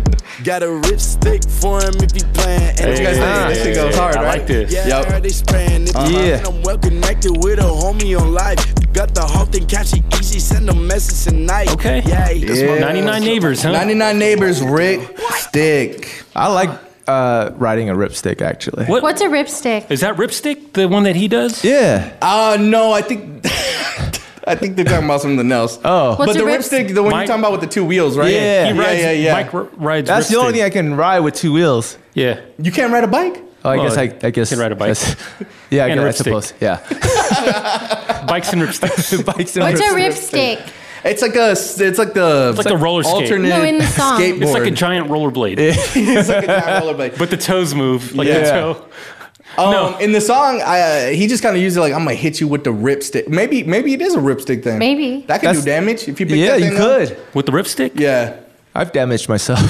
got a rip stick for him if he playing. And
You guys
Yeah,
think this shit goes hard,
I
right?
like this.
Yeah,
Yup. Uh-huh.
I heard they spraying it.
Yeah.
I'm well connected with a homie on life. Got the whole thing catch it easy. Send a message tonight.
Okay.
Yay.
Yeah.
99 neighbors, huh?
99 neighbors, Rick Stick.
I like uh, riding a ripstick actually.
What-
What's a ripstick?
Is that Ripstick the one that he does?
Yeah.
Uh no, I think I think they're talking about something else.
Oh.
but
What's
the
a
rip
rip-
stick, the one you're
Mike-
talking about with the two wheels, right?
Yeah.
He
yeah,
rides,
yeah, yeah.
Mike r- rides
That's the only thing
Ripstick.
I can ride with two wheels.
Yeah.
You can't ride a bike?
Oh, I
Well,
guess I, I guess
can ride a bike.
that's- Yeah, I,
And a
guess, I
ripstick.
suppose. Yeah,
Bikes and Ripsticks.
bikes and
What's a
rips-
ripstick?
It's like a s- it's like the it's
like a roller skate.
alternate
No, in the song.
skateboard.
It's like a giant rollerblade.
it's like a giant rollerblade.
But the toes move. Like the
Yeah.
toe.
Um,
no.
in the song, I, uh, he just kind of used it like I'm gonna hit you with the ripstick. Maybe maybe it is a ripstick thing.
Maybe.
that could do
That's-
damage if you pick
Yeah,
that
you
thing up.
could.
With the Ripstick?
Yeah,
I've damaged myself.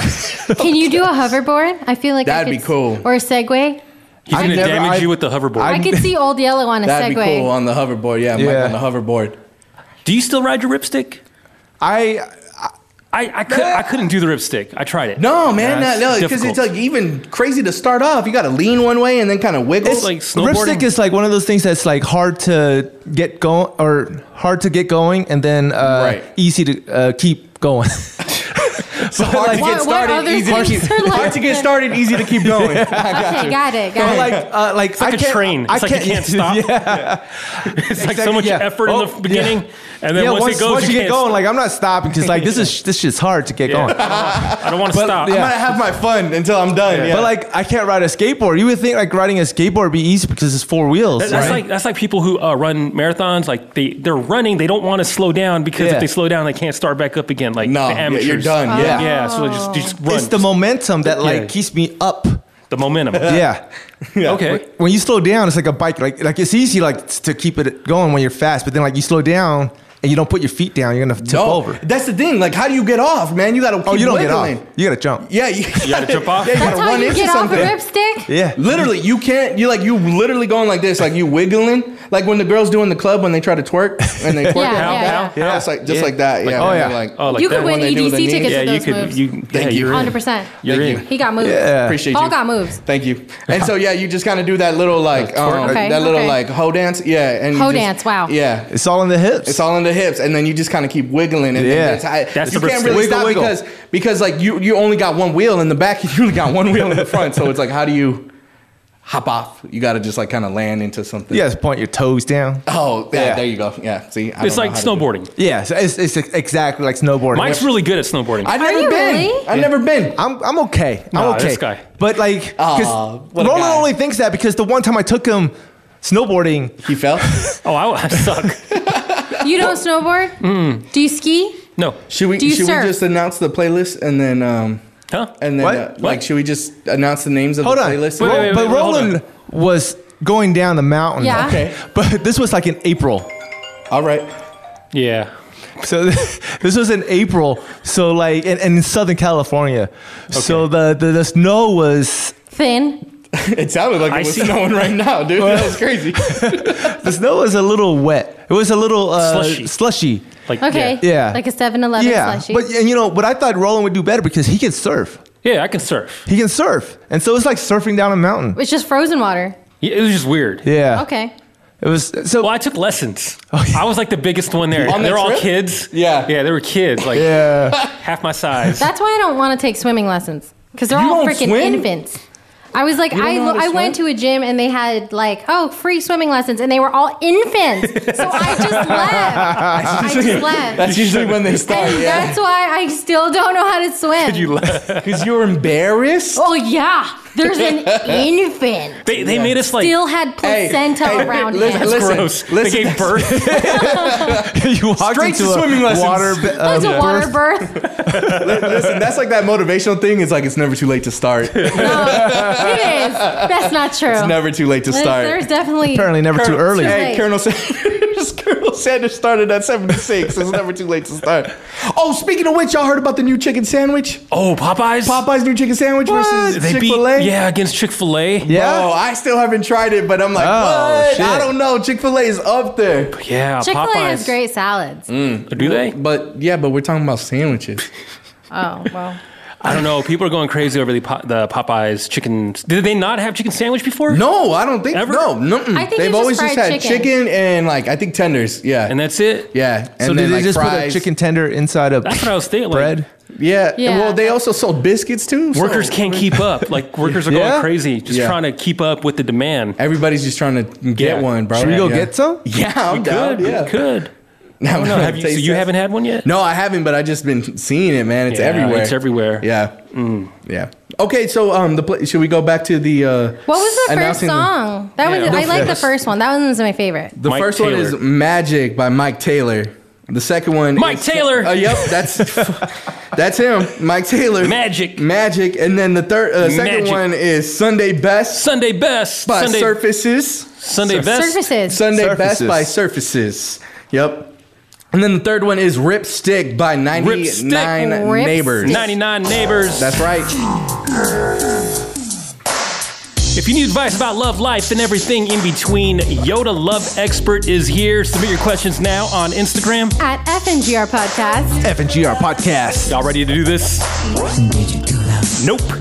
Can you do a hoverboard? I feel like I
That'd
could
be cool.
s- Or a Segway.
He's
I've
going to
never-
damage
I've-
you with the hoverboard.
I could see Old Yellow on a
that'd be cool
Segway.
on the hoverboard. Yeah,
Yeah.
Mike on the hoverboard.
Do you still ride your Ripstick?
I
I, I, could, I couldn't do the Ripstick. I tried it.
No, man,
That's
that- no, because
difficult.
it's like even crazy to start off. You got to lean one way and then kind of wiggle.
It's like snowboarding.
ripstick is like one of those things that's like hard to get going or hard to get going, and then uh,
Right.
easy to uh, keep going.
so hard to
What-
get
what
started,
other
easy to
things
keep.
are like
hard to get
that?
started, easy to keep going.
Okay, got it. Got
But
it.
like, uh, like
like a
I can't,
train.
I
It's like you can't stop. it's like so
exactly,
much
yeah.
effort
Oh,
in the beginning, and then
yeah,
once,
once,
it goes,
once you, get
can't
going,
stop.
like I'm not stopping because like this is this shit's hard to get
Yeah.
going.
I don't want to stop.
yeah.
I'm gonna have my fun until I'm done. Yeah.
But like I can't ride a skateboard. You would think like riding a skateboard would be easy because it's four wheels.
That- That's
right?
like that's like people who uh, run marathons. Like they they're running, they don't want to slow down because
Yeah.
if they slow down, they can't start back up again. Like
no,
the
yeah,
amateurs.
you're done. Yeah.
Yeah, so they just, they just run.
it's the momentum that like
Yeah.
keeps me up.
the momentum.
Yeah.
Okay.
When you slow down, it's like a bike. Like like it's easy like to keep it going when you're fast, but then like you slow down and and you don't put your feet down, you're gonna tip
No,
over.
that's the thing. Like, how do you get off, man? You gotta. Keep
Oh, you don't
wiggling.
get off. You gotta jump.
Yeah, you,
gotta jump off?
Yeah, you
That's
gotta
how
run
you
into
get off a
something.
ripstick.
Yeah.
Literally, you can't. You like you literally going like this, like you wiggling, like when the girls do in the club when they try to twerk and they twerk.
Yeah,
it.
yeah, yeah.
Yeah, it's like just like that. Yeah.
oh,
man,
yeah.
Like,
Oh, like
you
that.
could win
When they do the
EDC
knee.
tickets
yeah,
with
you
those
could.
moves.
You, yeah, you're in.
100%.
You're
Thank
in.
you.
He got moves.
Yeah.
Appreciate
All
you.
got moves.
Thank you. And so yeah, you just kind of do that little like um,
Okay,
that little
okay.
like hoe dance. Yeah. And you
Hoe
just-
dance, wow.
Yeah.
It's all in the hips.
It's all in the hips, and then you just kind of keep wiggling, and
Yeah.
then that's, how,
That's
you
the
can't
ripstick.
really
Wiggle,
stop
wiggle.
because because like you you only got one wheel in the back, and you only got one wheel in the front, so it's like how do you hop off? You got to just like kind of land into something.
You gotta point your toes down.
Oh, yeah,
Yeah.
There you go. Yeah. See, I
It's
don't
like
know how to do it.
snowboarding.
Yeah, so it's, it's exactly like snowboarding.
Mike's really good at snowboarding.
I've
Are
never
you
been.
really?
I've never been.
I'm I'm okay. I'm
Nah,
okay.
this guy.
But like,
Aw,
because
Ah, what a
Roland
guy.
only thinks that because the one time I took him snowboarding,
He fell.
oh, I, I suck.
You don't snowboard? Do you ski?
No.
Should we
Do you
should
surf?
we just announce the playlist and then um
Huh?
and then
What?
uh,
What?
like should we just announce the names of
hold
the
on.
playlist?
Wait,
Ro-
wait, wait,
but
wait, hold
Roland was going down the mountain.
Yeah.
Okay.
But this was like in April.
All right.
Yeah.
So this was in April. So like, and, and in Southern California. So the, the the snow was
Thin.
It sounded like
I
it was
see.
snowing right now, dude. that was crazy.
the snow was a little wet. It was a little uh,
Slushy.
slushy.
Like
Okay.
Yeah.
Yeah.
Like a 7 Eleven
Yeah,
slushie.
but and you know, but I thought Roland would do better because he can surf.
Yeah, I can surf.
He can surf, and so it's like surfing down a mountain.
it's just frozen water.
Yeah, It was just weird.
Yeah.
Okay.
It was so.
Well, I took lessons. I was like the biggest one there.
Oh, On that
They're all
trip?
kids.
Yeah.
Yeah, they were kids, like
Yeah.
half my size.
That's why I don't want to take swimming lessons because they're
You
all
don't
freaking
swim?
infants. I was like, I,
know how to
I went to a gym and they had like, oh, free swimming lessons, and they were all infants. So I just left. I just left.
That's usually when they start.
And
Oh, Yeah.
that's why I still don't know how to swim.
Because you were embarrassed.
oh yeah, there's an infant.
They, they made us like
Still had placenta
hey,
around
listen,
him.
listen.
gross.
listen.
they gave birth.
you walked
Straight
into
to swimming
a
lessons.
water. ba-
It was
um,
a water
birth-
birth.
Listen, that's like that motivational thing. It's like it's never too late to start. It's
No, it is. That's not true.
never too late to
There's-
start.
There's definitely
Apparently, never too early.
Too
Hey,
late.
Colonel Sanders. Colonel Sanders started at 76. It's never too late to start. Oh, speaking of which, y'all heard about the new chicken sandwich?
Oh, Popeyes.
Popeye's new chicken sandwich versus
They
Chick
beat
fil A?
yeah against Chick Fil A.
Yeah.
Oh, I still haven't tried it, but I'm like,
Oh,
what?
shit.
I don't know. Chick fil A is up there.
yeah.
Chick Fil A
Popeyes
has great salads.
Mm.
Do they?
But yeah, but we're talking about sandwiches.
Oh well.
I don't know. People are going crazy over the po- the Popeyes chicken. Did they not have chicken sandwich before?
No, I don't think.
Ever?
No, no.
I think
They've
it's just
always just,
fried
had
chicken.
chicken. and like, I think tenders. Yeah.
And that's it.
yeah. And
so did
then,
they
like,
just put a
fries.
chicken tender inside of
That's what I was thinking. like,
bread?
Yeah.
Yeah.
Well, they also sold biscuits too. so-
workers can't keep up. Like workers are
Yeah?
going crazy, just
Yeah.
trying to keep up with the demand.
Everybody's just trying to get
Yeah.
one, bro.
Should we go
Yeah.
get some?
Yeah, I'm
We
down.
could. we
yeah.
could.
Now
Oh, No,
I'm
have you, so
taste
you
test.
haven't had one yet?
No, I haven't, but I just been seeing it, man. It's
Yeah,
everywhere.
It's everywhere.
Yeah. Yeah. Okay, so um, the pla should we go back to the? Uh,
What was the first
announcing the-
song? That
Yeah.
was
No
I like the
first.
first one. That one was my favorite.
The
Mike
first one
Taylor.
is Magic by Mike Taylor. The second one,
Mike
is-
Taylor.
Uh, yep, that's that's him, Mike Taylor.
Magic.
Magic, and then the third, uh, second
Magic.
one is Sunday Best
Sunday best.
by
Sunday
Surfaces.
Sunday best.
Surfaces.
Sunday Best
Surfaces.
by Surfaces. Yep. And then the third one is Rip Stick by 99
Rip
Neighbors.
Stick.
Ninety nine neighbors.
That's right.
If you need advice about love, life, and everything in between, Yoda Love Expert is here. Submit your questions now on Instagram.
At FNGR Podcast.
FNGR podcast.
Y'all ready to do this? Nope.
Here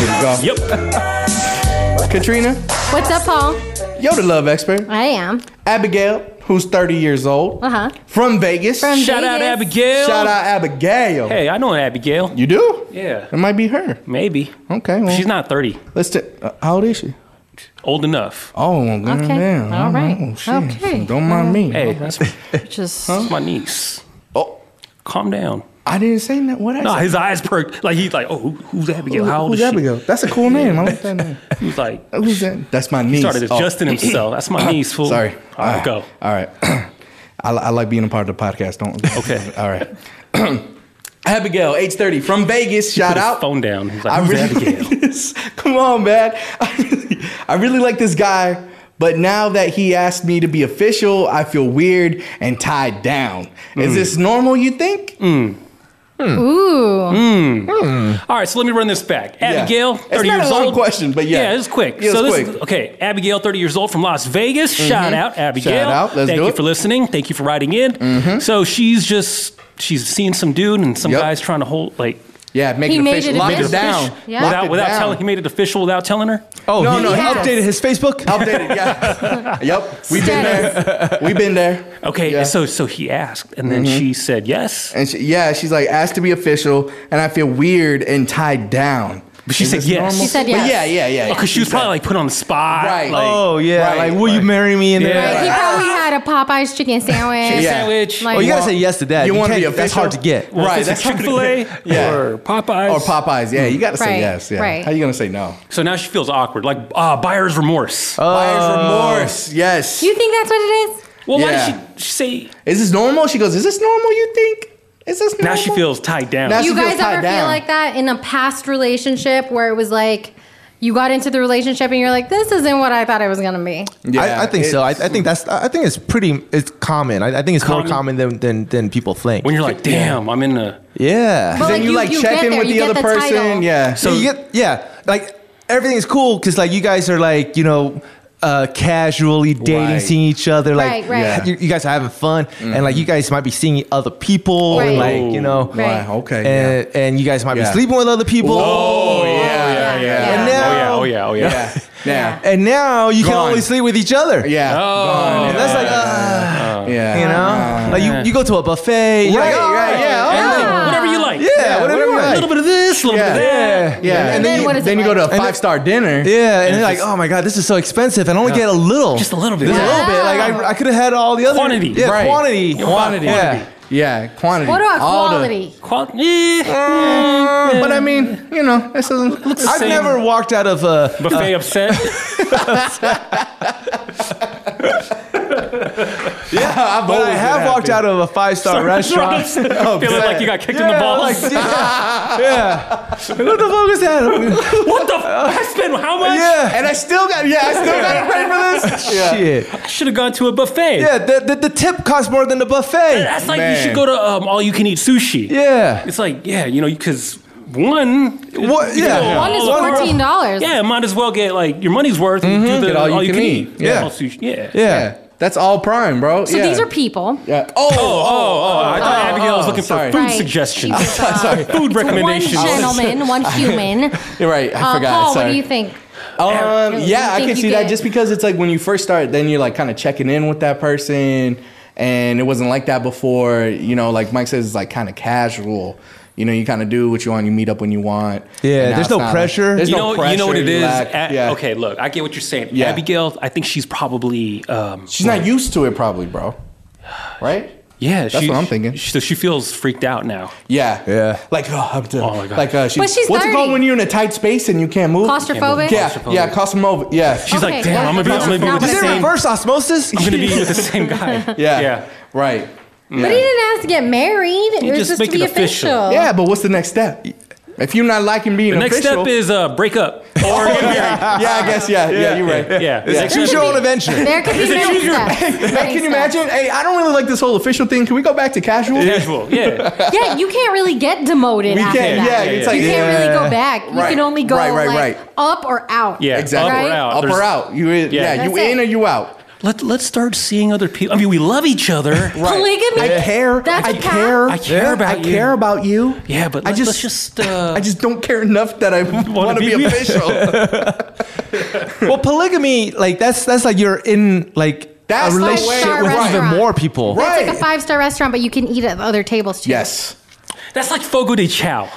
we go.
Yep.
Katrina,
What's up, Paul?
you're the love expert.
I am.
Abigail, who's 30 years old,
Uh huh.
from Vegas.
From
Shout out
Vegas.
Abigail.
Shout out Abigail.
Hey, I know an Abigail.
You do?
Yeah.
It might be her.
Maybe.
Okay. Well,
She's not 30.
Let's. T- uh, how old is she?
Old enough.
Oh, okay. man.
All right.
Oh, shit.
Okay.
Don't mind me.
Hey, that's
Just
my niece.
Oh,
Calm down.
I didn't say that. What? I
No,
said?
his eyes perked. Like, he's like, oh, who, who's Abigail? How old
Who's
is
Abigail? That's a cool name. I like that name.
she? He's like,
Who's that? That's my niece.
started
Oh.
adjusting himself. That's my niece, fool.
Sorry.
All right, go.
All right. I, li- I like being a part of the podcast. Don't.
Okay.
All right. Abigail, age thirty, from Vegas. Shout
Put his
out.
phone down. He's like,
I
who's
really
Abigail?
like this. Come on, man. I really, I really like this guy, But now that he asked me to be official, I feel weird and tied down. Is this normal, you think?
Ooh.
All right, so let me run this back. Abigail,
It's
30
not a
years
long
old.
question, but yeah.
Yeah, it's quick.
Yeah, it's
so this
quick. Mm-hmm.
is okay, Abigail, 30 years old from Las Vegas. Shout out, Abigail.
Shout out. Let's
Thank
do
you
it. Mm-hmm.
for listening. Thank you for writing in. So she's just she's seeing some dude and some
Yep.
guy's trying to hold like
Yeah, make
He
it
made
official.
it
Lock
official.
it down.
Yeah.
Lock
without
it
without
down.
telling he made it official without telling her.
Oh,
No,
he,
no,
he
he-
updated his Facebook.
Updated, yeah. yep. We've been there. We've been there.
Okay,
Yeah. Mm-hmm.
so so he asked and then she said yes.
And she, yeah, she's like asked to be official, and I feel weird and tied down. But
she said yes. She
said
But
yes.
yeah, yeah, yeah.
Because Oh, she was probably like put on the spot.
Right.
Like,
Oh yeah,
Right,
like will you
right.
marry me? And
Yeah.
then
Like, he probably had a Popeyes chicken sandwich.
Yeah.
sandwich.
Like,
oh, you gotta say yes to that.
You
You,
wanna be
can't. that's hard to get.
official? Right, that's
That's Chick Fil A
Yeah.
or Popeyes
or Popeyes. Yeah, you got to say
Right,
yes. Yeah.
right.
How you gonna say no?
So now she feels awkward, like uh, buyer's remorse.
Oh,
Buyer's remorse. Yes.
You think that's what it is?
well, why
yeah.
did she, she say?
is this normal? She goes. Is this normal? You think? Is this normal?
Now she feels tied down.
Now she
you
feels
guys
tied
ever
down.
feel like that in a past relationship where it was like you got into the relationship and you're like, this isn't what I thought it was gonna be.
Yeah,
I, I think so. I, I
it's-
think that's. I I think it's pretty. It's common. I, I think it's
Common?
more common than than, than people think.
when you're like, damn, I'm in a.
yeah.
But
then you, like check
get
in
there,
with
you
the
get
other person.
title.
Yeah.
So you get yeah, like everything's cool because like you guys are like you know. Uh, casually dating,
Right.
seeing each other, like
Right, right. Yeah.
You, you guys are having fun, and like you guys might be seeing other people,
Right.
like you know,
Right.
Wow, okay. yeah.
and, and you guys might
Yeah.
be sleeping with other people.
Oh, yeah, yeah,
yeah,
yeah.
yeah.
And now,
Oh yeah, oh yeah.
Yeah. Yeah.
and now you
Gone.
can only sleep with each other.
Yeah.
Oh,
and that's like, uh,
yeah.
you know,
Ah.
like you, you go to a buffet, you're
Right,
like, "Oh,
right, yeah.
yeah,
And
oh,
then whatever you like.
yeah, whatever, you
right.
A
like.
little bit of this, a little
Yeah.
bit of that.
yeah,
Yeah. And, then,
then
you,
what is
then
it
you go to a
like?
five star dinner.
Yeah, and
it's
they're like,
just-
oh my god, this is so expensive, and I only get a little,
Just a little bit.
Just a little bit. Like I, I could have had all the other
Quantity,
yeah,
right.
quantity,
Quantity.
yeah.
Yeah. Quantity.
What about
All the-
quality?
Qual- eh,
Mm.
eh,
But I mean, you know, this doesn't.
I've
same
never walked out of a.
buffet upset.
I've
But I
always been
have
happy.
walked out of a five star restaurant.
Feeling like you got kicked in the
Oh, Yeah,
balls.
like, yeah, yeah. What the fuck is that?
what the? F- I spent how much?
Yeah.
And I still got. Yeah, I still got to pay for this. Yeah.
Shit.
I should have gone to a buffet.
Yeah, the, the, the tip costs more than the buffet.
That's like you
Man.
should go to um, all you can eat sushi.
Yeah.
It's like, yeah, you know, because one,
What?
you
Yeah.
know,
One
One is
all-
fourteen dollars.
Yeah, might as well get like your money's worth. and Do the,
Mm-hmm. Get all you can eat.
Yeah.
Yeah.
all sushi. Yeah.
Yeah.
That's all prime, bro.
So
yeah.
these are people.
Yeah. Oh,
Oh, oh, oh, I thought
oh,
Abigail was
oh,
looking
sorry.
for food
Right.
suggestions.
She's, uh,
Food
One
recommendations.
gentleman, one human.
You're right. I
Uh,
forgot. sorry.
Paul, what do you think?
Um, yeah, I
think
can
you
see that
get-
just because it's like when you first start, then you're like kind of checking in with that person, and it wasn't like that before. You know, like Mike says, it's like kind of casual. You know, you kind of do what you want, you meet up when you want.
Yeah,
and now
there's
it's
no
not like-
pressure.
there's
You
no
know,
pressure.
you know what it is.
relax,
A-
yeah.
Okay, look, I get what you're saying.
Yeah.
Abigail, I think she's probably, um,
She's not used to it, probably, bro. Right?
yeah,
That's what I'm thinking.
So she feels freaked out now.
Yeah.
Yeah.
Like, oh, I'm done.
Oh my God.
Like, uh, she's,
But she's
what's it called
30.
when you're in a tight space and you can't move?
Claustrophobic.
Yeah,
Claustrophobic.
yeah, claustrophobic. Yeah.
She's like,
Okay,
damn,
yeah,
I'm gonna be, I'm gonna be with
that's
the
not
Is
what
it
I'm
same.
reverse osmosis?
I'm gonna be with the same guy.
yeah.
yeah.
Right.
But he didn't ask to get married. It was
just
just
make
to be
it official.
official.
Uh-huh.
Yeah, but what's the next step? If you're not liking being
The next
official,
step is uh, break up or get married.
yeah, I guess, yeah, yeah, you're right.
Yeah.
It's a choose your own adventure.
There could be no steps.
Hey, can you imagine? Hey, I don't really like this whole official thing. Can we go back to casual?
Casual. Yeah.
Yeah, you can't really get demoted
We
after
can't-
that.
yeah, it's like-
you can't really
Yeah.
go back. You
Right,
can only go
right, right,
like,
right.
up or out.
Yeah.
Exactly.
Up or
Right?
out.
Up or
There's-
out. You in,
Yeah.
yeah.
That's
you
it.
in or you out.
Let, let's start seeing other people. I mean, we love each other.
Polygamy.
I care.
That's
I
a path.
care.
I care about
I
you.
care about you.
Yeah, but
I
let's
just,
let's just. Uh,
I just don't care enough that I want to
be
be,
with-
official.
Well, polygamy, like that's that's like you're in like
That's
a
the way-
relationship with
Right.
even more people.
Right.
It's like a five star restaurant, but you can eat at other tables too.
yes.
that's like Fogo de Chao.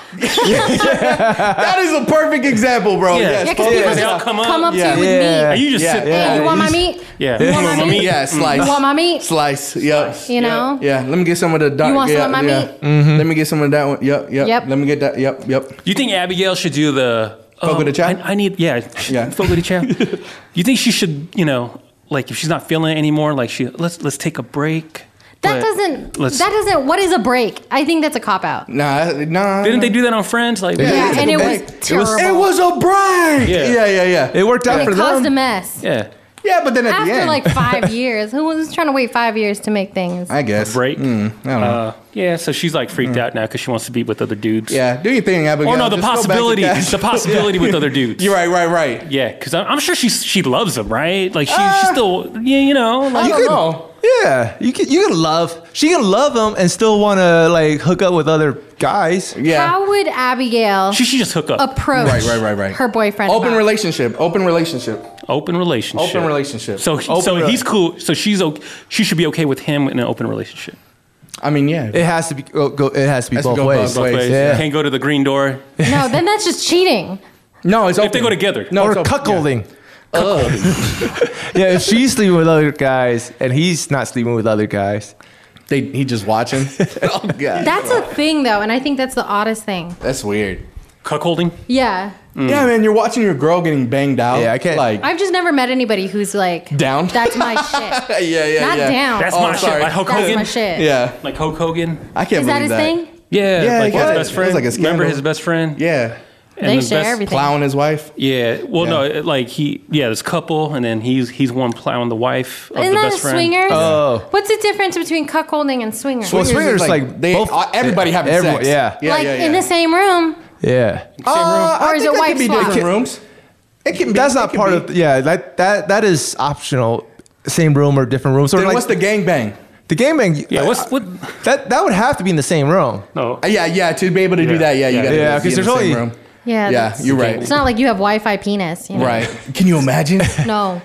That is a perfect example, bro.
Yeah.
Yes.
Yeah, because people
yes.
just
They'll
come
come up.
up, to
Yeah.
you with
Yeah.
And
meat.
you just
Yeah.
sit
Yeah.
there.
Hey, you want my meat?
Yeah.
You
You
want my
want Mm-hmm.
meat?
Yeah, slice.
You want my meat?
Slice. Yep.
You know?
Yeah. Let me get some of the dark.
want some
yeah,
of my
yeah.
meat?
Mm-hmm.
Let me get some of that one. Yep. Yep.
Yep.
Let me get that. Yep. Yep.
You think Abigail should do the oh,
Fogo de Chao?
I, I need yeah,
Yeah.
Fogo de Chao. you think she should you know like if she's not feeling it anymore like she let's let's take a break.
That
but
doesn't.
Let's,
That doesn't. What is a break? I think that's a cop out.
Nah. Nah.
Didn't they do that on Friends? Like
Yeah,
Yeah,
it's
and
a
it
break.
was terrible.
It was a break.
Yeah.
Yeah. Yeah. Yeah.
It worked out
It
for
caused a
them.
mess.
yeah.
Yeah, but then at
After
the end,
like five years, who was trying to wait five years to make things?
I guess
break.
Mm, I don't know. Mm.
Uh, yeah, so she's like freaked out now because she wants to be with other dudes.
yeah, do your thing, Abigail.
Or Oh, no, the
Just go back to
possibility,
class.
the possibility with other dudes.
You're right, right, right.
Yeah, because I'm sure she's she loves him, right? Like she, she's
Uh.
still, yeah, you know, like,
I don't know.
Yeah, you can you can love. She can love him and still want to like hook up with other guys.
Yeah.
How would Abigail
she should just hook up.
approach
Right, right, right, right.
her boyfriend?
Open
about it?
relationship. Open relationship.
open relationship.
Open relationship.
So
Open
so
rela-
he's cool. So she's okay. She should be okay with him in an open relationship.
I mean, yeah.
It has to be oh, go, go, it has to be
Has to
both
go
ways.
both ways.
Ways.
Yeah.
Can't go to the green door.
No, then that's just cheating.
no, it's
If they go together.
No,
or
it's open,
cuckolding.
Yeah. Cuckolding.
Yeah, if she's sleeping with other guys and he's not sleeping with other guys.
they he just watching. oh god,
That's a thing though, and I think that's the oddest thing.
that's weird.
Cuckolding.
Yeah,
Mm.
Yeah, man, you're watching your girl getting banged out.
Yeah, I can't-
Like,
I've just never met anybody who's like
Down?
That's my shit.
yeah, yeah,
Not
yeah.
down.
That's
Oh,
my
I'm
shit.
sorry.
Like Hulk
That's
Hogan.
my shit.
Yeah,
Like Hulk Hogan.
I can't
Is
believe
that his thing?
Yeah.
Yeah,
like
he
his
got-
best
it was
friend.
like a
Remember
scandal.
his best friend?
Yeah,
And
they
his
share
best-
everything.
plowing his wife.
Yeah. Well, no,
Yeah.
it- like he, yeah, this couple, and then he's he's one plowing the wife of
Isn't
the
that
best
a
friend.
swinger?
Oh.
What's the difference between cuckolding and swinger?
Well,
Swingers is
swingers
like
like,
they-
both,
uh, everybody having
everyone-
sex.
Yeah, yeah,
Yeah,
like
yeah,
in
yeah.
the same room.
Uh,
Or
I
is
think
it
that
wife
could be
swap?
different rooms? It can. Be,
That's
it
not
can
part
be.
of. Yeah, that that that is optional. Same room or different rooms. Or
Then
like
what's the gangbang?
the game bang?
Yeah. What's what?
that? That would have to be in the same room.
No.
Uh, Yeah, yeah. To be able to
Yeah.
do that, yeah,
Yeah,
you gotta
yeah,
be
'cause
in
there's
the
only-
same room.
Yeah.
Yeah,
that's-
you're right.
It's not like you have Wi-Fi penis. You know?
Right? Can you imagine?
No.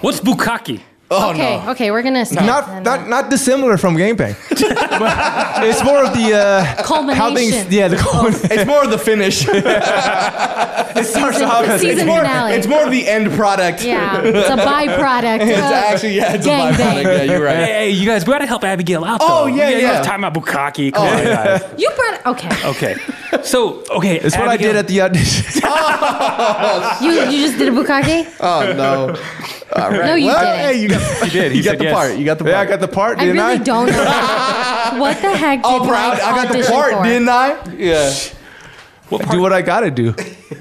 What's bukkake?
Oh
okay.
no.
Okay. We're gonna stop.
Not not not dissimilar from game bang. But it's more of the uh, how things.
Culmination.
Yeah, the
It's more of the finish.
it starts
Season-
off as
season
it's more,
finale.
it's more of the end product.
Yeah. It's a byproduct.
It's
of-
actually yeah, it's a
Gangbang.
byproduct. Yeah, you're right.
Hey, hey, you guys, we gotta help Abigail out.
Oh,
though.
yeah,
You guys
yeah. Oh,
are Talking about bukkake. Come on, guys.
You brought. Okay.
Okay. So okay,
It's what I did at the audition.
You you just did a bukkake.
Oh no. All right.
No, you
well,
didn't.
Hey, you got,
You did. He
you got
said
the
yes.
part. You got the part.
yeah, I got the part,
I
didn't
really
I?
don't know. that. what the heck?
All
did
proud.
Mike
I got the
audition
part,
for?
didn't I? Yeah.
do what I gotta do.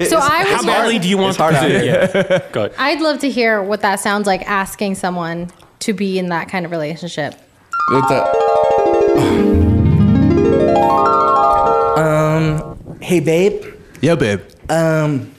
So I
How
was.
badly do you want
It's hard
to
out
do
here.
it? Yeah. Go ahead.
I'd love to hear what that sounds like asking someone to be in that kind of relationship.
It's a- um. Hey, babe.
Yeah, babe.
Um.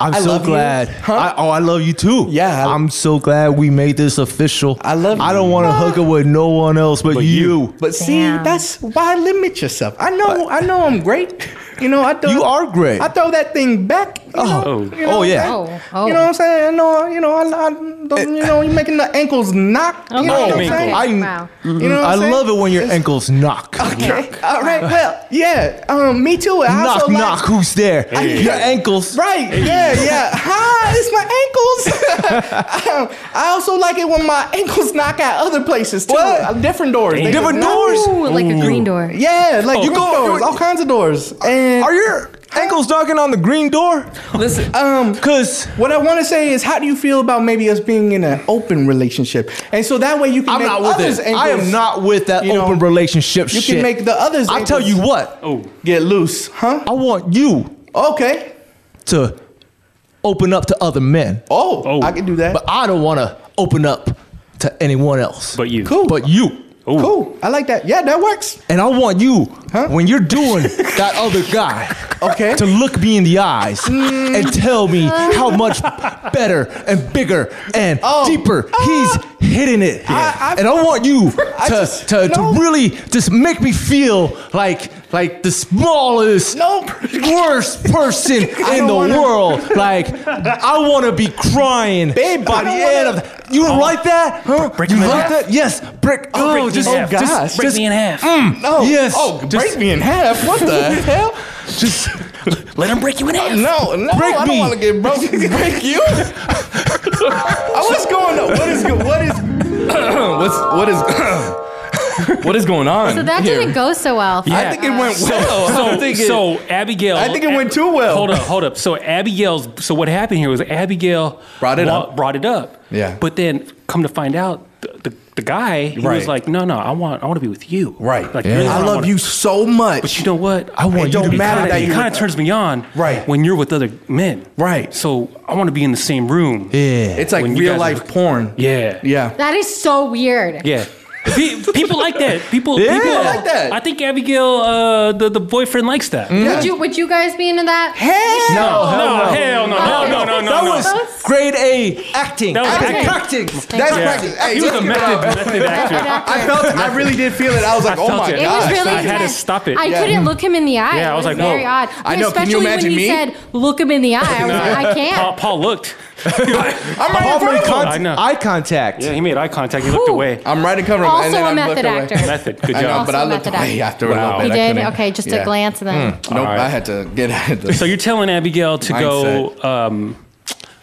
I'm
I
so
love you.
glad.
Huh?
I, oh, I love you too.
Yeah, I-
I'm so glad we made this official.
I love
I
you.
don't want to hook up with no one else but, you.
But see,
Damn.
that's why limit yourself. I know, I know, I'm great. You know, I throw,
You are great.
I throw that thing back. You know,
Oh.
you know
Oh, yeah. Eh.
what I'm saying?
Oh, oh.
You know what I'm saying? I know, you know, I, I don't, you know, you're making the ankles knock. You know what I'm
Okay.
saying?
I,
Wow.
You know what
I
I'm saying?
love it when your ankles knock.
Okay. All right. Well, yeah. Um, me too. I
Knock,
also like-
knock. Who's there? Your ankles.
Right. Yeah, yeah. Hi, it's my ankles. Um, I also like it when my ankles knock at other places too.
What?
Uh, Different doors. They
Different
knock.
doors?
Ooh, like a green door.
Yeah, like you
go-
go doors,
you-
all kinds of doors. And
Oh, Are your ankles knocking on the green door?
listen, um,
Cause
what I want to say is, how do you feel about maybe us being in an open relationship? And so that way you can
I'm
make
not with
others
it.
ankles
I am not with that
you know,
open relationship
You
shit.
can make the others.
I tell
ankles
you what.
Oh.
get loose, huh?
I want you
Okay.
to open up to other men,
Oh,
Oh.
I can do that.
but I don't want to open up to anyone else.
But you.
Cool.
But you.
Ooh.
cool. I like that. Yeah, that works.
And I want you,
Huh?
when you're doing that other guy,
Okay. Mm.
to look me in the eyes and tell me how much better and bigger and
Oh.
deeper he's hitting it.
I- I-
and I want you to,
I just-
to,
no.
to really just make me feel like like the smallest,
Nope.
worst person
I don't
in the
wanna-
world. Like I want to be crying
Babe, I
by the
don't
end
wanna-
of. You don't like that? Huh?
Oh. break
you
me in
like
half.
that? Yes, brick. Oh,
break me in
just,
half.
just-
Gosh.
Break
just
me in half.
Oh,
Yes.
Oh, break
Just-
me in half. What the hell?
just
Let him break you in half.
No, no,
Break
I don't
me.
want to get broken. Break you? I was going on. What is go- what is what's what is what is going on?
So that
here?
didn't go so well. for
I
Yeah.
think it went
us.
well. I
So,
think it-
so Abigail.
I think it went too well.
Hold up, hold up. So Abigail's. So what happened here was Abigail
Brought it
wa-
up.
Brought it up.
Yeah.
But then come to find out, the, the, the guy he was
Right.
like, no, no, I want I want to be with you.
Right.
Like,
Yeah.
you're the one
I love
wanna-
you so much.
But you know what?
I want
It
you
don't
to be
matter
kinda-
that
you-
it kind of turns me on.
Right.
When you're with other men.
Right.
So I want to be in the same room. Yeah.
It's like
When you
real
guys
life
are-
porn.
Yeah.
Yeah.
That is so weird.
Yeah. Pe- people like that. People,
Yeah,
people
I like that. Mm.
I think Abigail, uh, the, the boyfriend likes that.
Would you would you guys be into that?
Oh, Hell
No, hell
No,
no.
hell no, no, no, no, no.
that
no.
was grade A acting.
That was
acting.
That's
Yeah.
practice. Hey,
he was a
check it out.
method, method actor.
I felt. I really did feel it. I was like, oh
felt
my
it.
It was
god.
really
I had to
intense.
stop it.
I
Yeah.
couldn't look him in the eye.
Yeah, I
It
was like,
very
whoa.
odd.
I know. Can
Especially
you imagine
when he
me?
said, "Look him in the eye." I was like, I
Paul,
can't.
Paul looked.
I'm right in
Paul
front
made
of him.
con-
I know.
eye contact.
Yeah, he made eye contact. He looked
Whew.
away.
I'm right in cover of him.
Also a
I'm
method actor.
Method. Good
I know,
job.
but I
Also a
looked
method
away
actor.
after a
Wow.
little bit.
He
I
did.
couldn't-
Okay, just
yeah.
a glance, and then
Nope,
right.
I had to get out of the
so you're telling Abigail to go.
Mindset.
Um,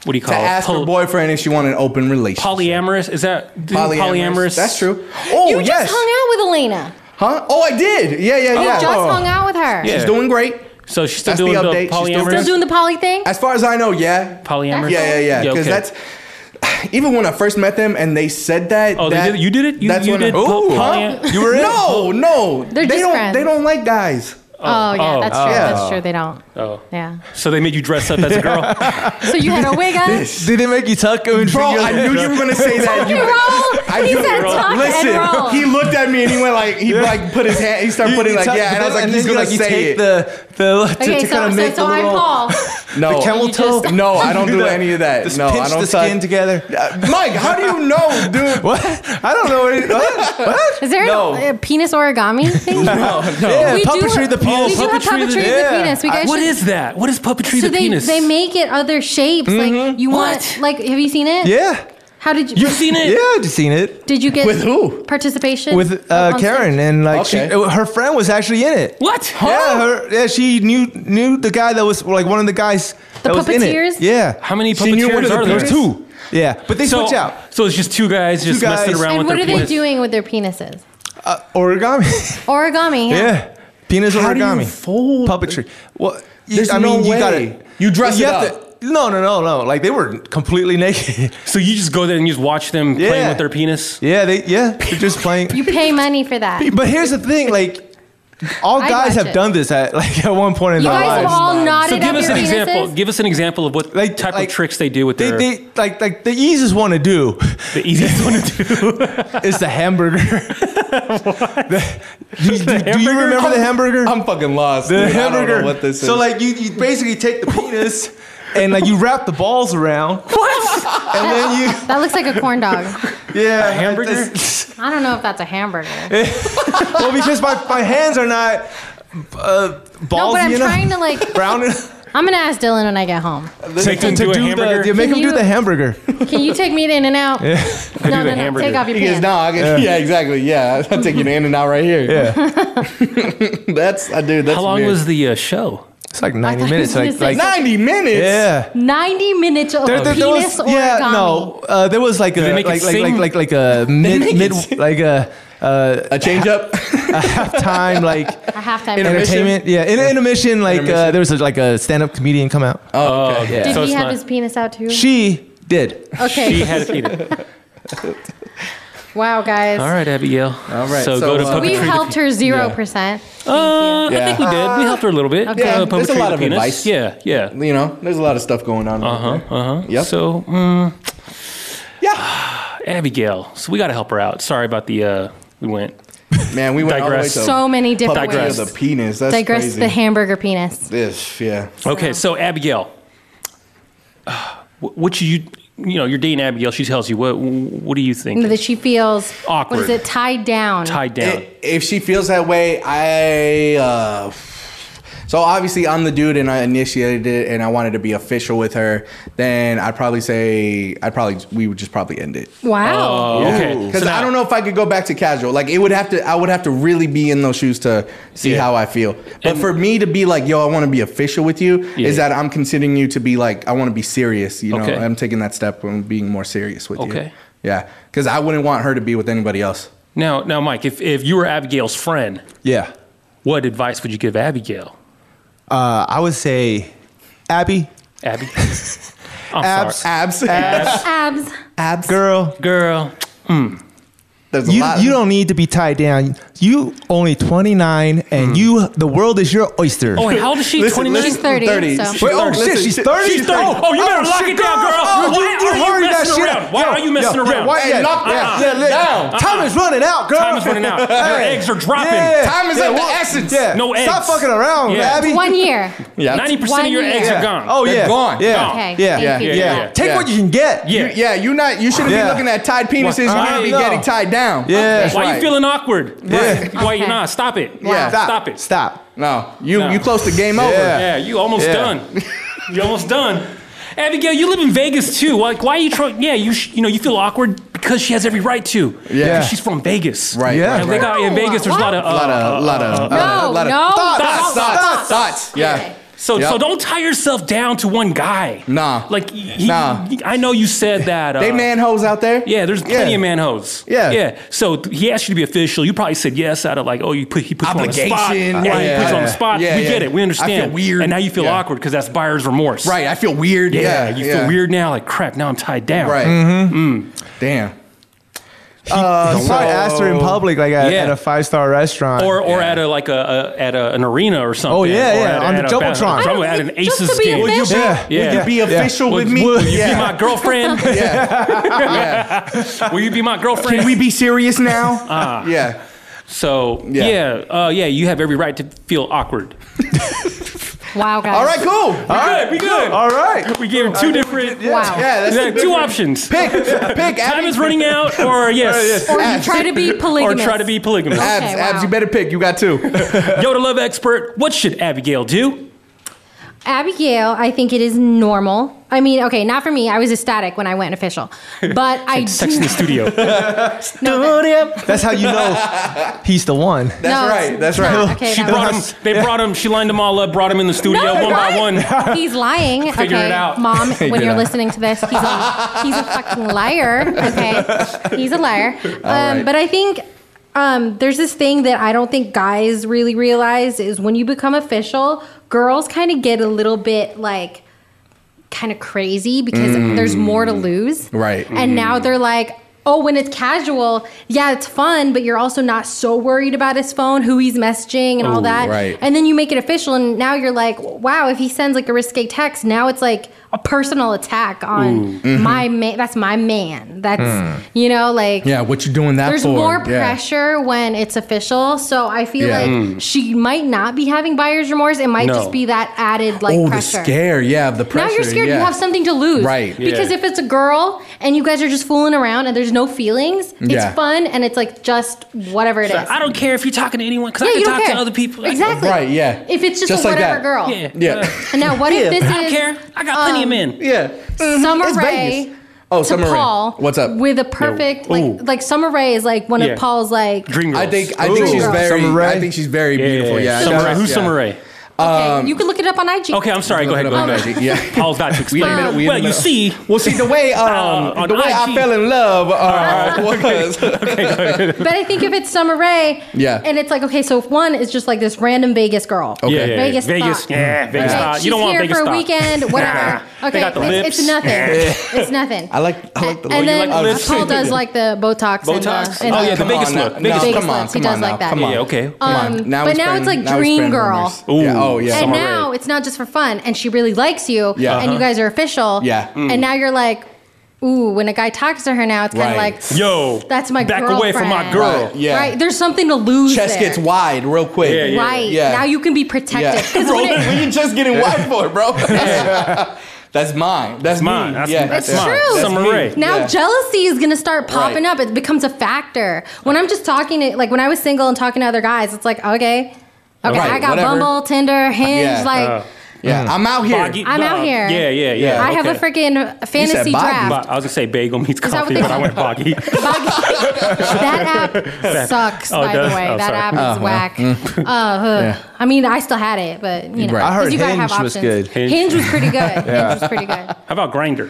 what do you
to
call it?
ask her
Poly-
boyfriend if she wanted an open relationship.
polyamorous? Is that polyamorous? polyamorous?
That's true. Oh
you
yes.
just hung out with Elena.
huh? Oh, I did. Yeah, yeah,
You
yeah.
just hung out with her.
Yeah.
She's doing great.
So she's still
That's the
doing the,
update. She's still-
polyamorous.
Still doing the poly thing.
As far as I know, yeah.
polyamorous.
Yeah, yeah, yeah. Because
okay.
that's even when I first met them and they said that.
Oh, they
that,
did- you did it? You-
that's
you
when
did
I,
po-
Ooh,
poly-
huh? You were in? No, no.
They're
they
just
don't.
friends.
They don't like guys.
oh, yeah,
oh,
that's true.
yeah.
That's true. They don't.
Oh.
Yeah.
So they made you dress up as a girl.
So you had a wig on.
Did they make you tuck him in
Bro, I
your-
knew you were gonna say that.
Tuck
You,
and roll.
I
he
knew-
said tuck and roll.
Listen, he looked at me and he went like, he like put his hand, he started
You-
putting
you
like,
tuck-
yeah, and I was like,
and
he's
then you,
gonna
like, you
say
take
it.
the the to,
okay,
to
so,
kind of make
so, so
the
I'm
little
Paul.
No,
camel
You just-
toe.
no, I don't do
the-
any of that.
Just
No,
pinch
I don't
the
suck.
skin together.
Uh, Mike, how do you know, dude?
What? I don't know what. It, what? what?
Is there
no?
a, a penis origami thing? no, no.
Yeah, puppetry the penis.
We do have
Puppetry
puppetry
the-
the,
yeah.
penis. We guys
what
should,
is that? What is puppetry
so
the
they,
penis?
they make it other shapes. Like you want
What?
like have you seen it?
Yeah,
How did you
You've seen it?
yeah, I've just seen it
Did you get
With who?
Participation
with
on
uh,
stage?
Karen and like
Okay.
she, her friend was actually in it.
What?
Yeah, her, yeah, she knew knew the guy that was like one of the guys
The
that was in
puppeteers?
it. Yeah,
How many
She knew one
puppeteers
of the
are there?
pictures.
two. Yeah, but they
So,
switch out
so it's just two guys just messing
guys.
around
And
with
what
their
are they
penis.
doing with their penises?
uh, origami.
Origami.
Yeah. Penis
How do you
origami.
fold-
Puppetry. Well, you-
There's
I
no
mean, you
way.
got
You dress it
up. no, no, no, no. Like they were completely naked.
So you just go there and you just watch them playing
Yeah.
with their penis.
yeah, they yeah, they're just playing.
You pay money for that. You
but here's the thing, like all
I'd
guys
watch
have
it.
done this at like at one point in their
guys have
lives.
all nodded
So
at
give us
your
an
penises?
example. Give us an example of what
Like-
type
like-
of tricks they do with
They,
their
they like like the easiest one to do
the easiest one to do.
is the hamburger. The- do, you- do- do you
hamburger?
remember the hamburger?
I'm fucking lost.
The
dude. I
hamburger.
don't know what this is.
so like you, you basically take the penis and like you wrap the balls around. What? And then you
That looks like a corn dog.
Yeah,
hamburger?
it's-
I don't know if that's a hamburger.
well, because my, my hands are not uh, ballsy
No, but I'm
enough.
trying to like.
brown.
I'm gonna ask Dylan when I get home.
Take them to a hamburger.
The, yeah, make
Can
him do
you-
the hamburger.
Can you take me to In and Out? No, no,
the
no.
hamburger.
Take off your
He goes,
pants.
no, I get, yeah. exactly. Yeah, I'll take you to in and out right here.
Yeah,
That's, I dude, that's
How long
weird.
was the uh, show?
it's like 90
thought
minutes.
you were
Like,
gonna
like
say-
90 minutes?
yeah.
Ninety minutes of
There- there- there was-
penis origami.
yeah, no. Uh, there was like a
they
like
make it
like, like
sing?
like like a
make it
mid mid
sing?
like a uh,
A change up?
halftime like
A halftime.
Intermission.
entertainment. Yeah, in intermission like Uh,
Intermission.
there was a, like a stand up comedian come out.
Oh, okay.
Did
So
he
it's
have
not-
his penis out too?
She did. Uh,
okay.
She had a penis.
wow, guys.
All right, Abigail. All
right, so,
So, go to
uh,
puppetry.
We've
the-
helped her zero percent.
Uh, I think we did. We helped her a little bit.
Okay.
Uh,
Yeah,
puppetry
there's a lot
the
of
penis.
advice.
Yeah, yeah.
You know, there's a lot of stuff going on.
Uh huh.
Uh-huh.
Uh huh.
Yep.
So, mm,
Yeah.
Abigail. So we got to help her out. Sorry about the. Uh, we went.
Man, we went
Digress.
all the way to
So many different
puppetry
ways.
of the penis. That's
Digress
crazy.
the hamburger penis.
This, yeah.
Okay, so Abigail, wh- what you you know, you're dating Abigail. She tells you what what do you think?
That she feels
Awkward.
What is it? Tied down.
Tied down.
I- if she feels that way, I. Uh, so obviously, I'm the dude, and I initiated it, and I wanted to be official with her. Then I'd probably say I'd probably we would just probably end it
Wow.
Oh, okay.
because
So now-
I don't know if I could go back to casual. Like it would have to, I would have to really be in those shoes to see
Yeah.
how I feel. But
And-
for me to be like, yo, I want to be official with you,
Yeah.
is that I'm considering you to be like, I want to be serious. You know,
Okay.
I'm taking that step and being more serious with you.
Okay.
Yeah, because I wouldn't want her to be with anybody else.
Now, now, Mike, if if you were Abigail's friend,
Yeah.
what advice would you give Abigail?
Uh, I would say, Abby,
Abby,
abs,
abs,
abs,
Abs.
abs, girl,
girl.
There's a
You,
lot.
you don't need to be tied down. You only 29, and you the world is your oyster.
Hmm. Oh, wait, how old is she?
Listen,
29?
listen,
She's 30, so-
She's
Wait, oh
30.
shit,
Listen,
she's
she-
30?
She's 30. Oh, you better lock it down,
Oh,
girl. Why are you
heard that
messing
shit.
around? Why
Yo,
are you messing
yo, yo,
around?
Why,
Hey,
yeah,
lock
yeah,
that
yeah, yeah,
down.
Time is running out, girl.
Uh-uh. Time is running out. Your eggs are dropping.
Time is of the essence.
Yeah.
No
Stop
eggs.
fucking around,
Yeah.
Abby.
One year.
Yeah.
90% of your
One
eggs
year.
are gone.
Oh,
They're
yeah.
gone.
Yeah.
Okay.
Yeah.
Thank you
Yeah.
for
yeah.
that.
Take
Yeah.
what you can get.
Yeah.
Yeah, you not. You shouldn't
Yeah.
be looking at tied penises. You
Why-
need to be
No.
getting tied down.
Yeah.
Why
right.
you feeling awkward?
Yeah.
Why you
Okay.
not? Stop it.
Yeah.
Stop, it.
Stop.
No, you
No.
you close to game over.
Yeah.
Yeah, you almost
Yeah.
done. you almost done. Abigail, you live in Vegas too. Like, why are you trying? Yeah, you sh- you know you feel awkward because she has every right to.
Yeah.
'Cause she's from Vegas.
Right.
Yeah.
right,
And they
right.
got in Vegas. There's a lot of uh,
A lot of, lot of,
No,
uh, lot of
no,
thoughts, thoughts,
thoughts, thoughts.
thoughts, Yeah.
So
Yep.
so don't tie yourself down to one guy.
Nah.
Like he,
Nah.
I know you said that. Uh,
They man hoes out there.
Yeah, there's plenty of man hoes.
Yeah.
yeah. So th- he asked you to be official. You probably said yes out of like, oh, you put he put you on the spot.
Obligation.
Yeah, he
Yeah,
put you on the
yeah.
spot.
Yeah,
we
yeah.
get it. We
I
understand.
feel weird.
and now you feel
Yeah.
awkward because that's buyer's remorse.
Right. I feel weird.
Yeah,
Yeah.
you
yeah.
feel weird now. Like crap. Now I'm tied down.
Right. Mm. Damn.
Uh, you probably
so-
asked her in public, like at,
Yeah.
at a five star restaurant.
Or or at a like a, a at a, an arena or something.
Oh,
Or
yeah, yeah,
at a-
on
at a
the
ba-
Jumbotron.
a
I
don't
Jumbo- At
think
an
just
Aces
to be
game.
a fish-
yeah.
Yeah.
Would you be official with me?
would
You
yeah.
be my girlfriend?
yeah.
Will you be my girlfriend?
Can we be serious now? yeah.
So yeah,
Yeah.
uh, yeah, you have every right to feel awkward.
Wow, guys.
All right. Cool.
We good, we good.
All right.
We gave him two different.
Wow.
Yeah. That's
Yeah, two options.
pick. Pick.
Time
Abby.
is running out, or yes,
Or you try to be
or
polygamous.
try to be polygamous.
Okay,
Abs. Abs.
wow.
You better pick. You got two.
Yoda love expert. What should Abigail do?
Abigail, I think it is normal. I mean, okay, not for me. I was ecstatic when I went official, but I do,
Sex in the studio.
That's how you know he's the one.
That's
No,
right. That's
it's
right.
not. Okay,
She
that
brought him.
was-
They brought him. She lined them all up. Brought him in the studio
No,
one by
what?
one.
He's lying.
Figure
okay,
it out.
mom.
Figure
when
it
you're
out.
listening to this, he's a, he's a fucking liar. Okay, he's a liar. Um,
right.
But I think um, there's this thing that I don't think guys really realize is when you become official, girls kind of get a little bit like kind of crazy because there's more to lose.
Right.
And now they're like, oh, when it's casual, yeah, it's fun, but you're also not so worried about his phone, who he's messaging, and all that.
right.
And then you make it official, and now you're like, wow, if he sends like a risque text, now it's like a personal attack on
Mm-hmm.
my man. That's my man. That's, you know, like,
Hmm. Yeah. What you doing that
there's
for?
more
Yeah.
pressure when it's official. So I feel
Yeah. Mm.
like she might not be having buyer's remorse. It might
No.
just be that added like
Oh, the
pressure.
scare. Yeah. The pressure.
Now you're scared
yeah.
you have something to lose.
Right.
Because
Yeah.
if it's a girl and you guys are just fooling around and there's no feelings, it's
Yeah.
fun and it's like just whatever it is.
I don't care if you're talking to anyone because
yeah,
I can
you don't
talk
care.
to other people. I-
Exactly.
Right, yeah.
If it's just,
Just
a
like
whatever
that.
girl.
Yeah.
Yeah.
And now what if this
I don't
is
care. I got plenty of
um,
men.
Yeah.
Summer
It's
Rae
Vegas. Oh,
to
Summer Rae.
Paul
What's up?
With a perfect
Ooh.
like like Summer Ray is like one
Yeah.
of Paul's like
Dream girls.
I think I think
Ooh.
she's very
Summer Rae?
I think she's very
Yeah,
beautiful. Yeah.
Summer Rae.
Yeah.
Who's Summer Rae?
Um,
okay, you can look it up on IG.
Okay, I'm sorry. Go ahead. Go
Oh.
ahead.
Yeah.
Paul's about to explain.
in the middle- we in the
well, you
middle.
see.
Well, see the way um
Uh, on
the way
IG.
I fell in love uh, was
But I think if it's Summer Ray,
Yeah. Oh,
and it's like okay, so if one is just like this random Vegas girl,
Okay.
Yeah, yeah, yeah.
Vegas
Vegas.
thought.
Yeah, Vegas
Okay,
thought.
she's
You don't want
here
Vegas
for a
thought.
weekend, whatever.
Nah. They
Okay,
got the
it's,
lips.
it's nothing. it's nothing.
I like I like the
and
way
then
like the lips?
Paul does like the Botox.
Botox?
And the, and
Oh,
the-
yeah, the
Come
Vegas
on now.
look. Vegas
No,
look.
come on,
He
come
does
on
like
now.
that.
Come
Yeah,
on.
yeah, okay.
Come on.
Um, but now it's like
now
dream
friend
girl.
rumors. Yeah. Oh yeah.
and
Summer
now
Rae.
it's not just for fun, and she really likes you,
Yeah.
and you
Uh-huh.
guys are official.
Yeah. Mm.
And now you're like, ooh, when a guy talks to her now, it's kind of
Right.
like,
Yo,
that's my
back
girlfriend.
away from my girl.
Right, yeah.
Right? There's something to lose.
Chest
there.
gets wide real quick.
Yeah, yeah.
Right.
Yeah.
Now you can be protected. 'Cause
Bro,
when it-
what are you just getting wide for, bro? That's mine. That's me.
mine. That's-
yeah,
that's
yeah.
mine.
True.
Summer
me.
Rae.
Now
Yeah.
jealousy is gonna start popping
Right.
up. It becomes a factor. When I'm just talking to like when I was single and talking to other guys, it's like okay, okay,
Right,
I got
whatever.
Bumble, Tinder, Hinge.
Yeah.
Like
Uh,
Yeah, I'm out here.
Boggy-
I'm out here.
Yeah, yeah, yeah.
Yeah.
I have
okay.
a freaking fantasy
body.
draft.
Bo- I was gonna say bagel meets
that
coffee,
what they
but I
call-
went boggy.
Bug- that app sucks,
Oh, it
by
does?
the way.
Oh,
that
sorry.
app is
Uh-huh.
whack.
Mm.
Uh, huh. I mean, I still had it, but you know,
Right. I
'cause
heard
you gotta have
Hinge was
options.
good.
Hinge.
Hinge-
was pretty good. Hinge was pretty good.
How about grinder?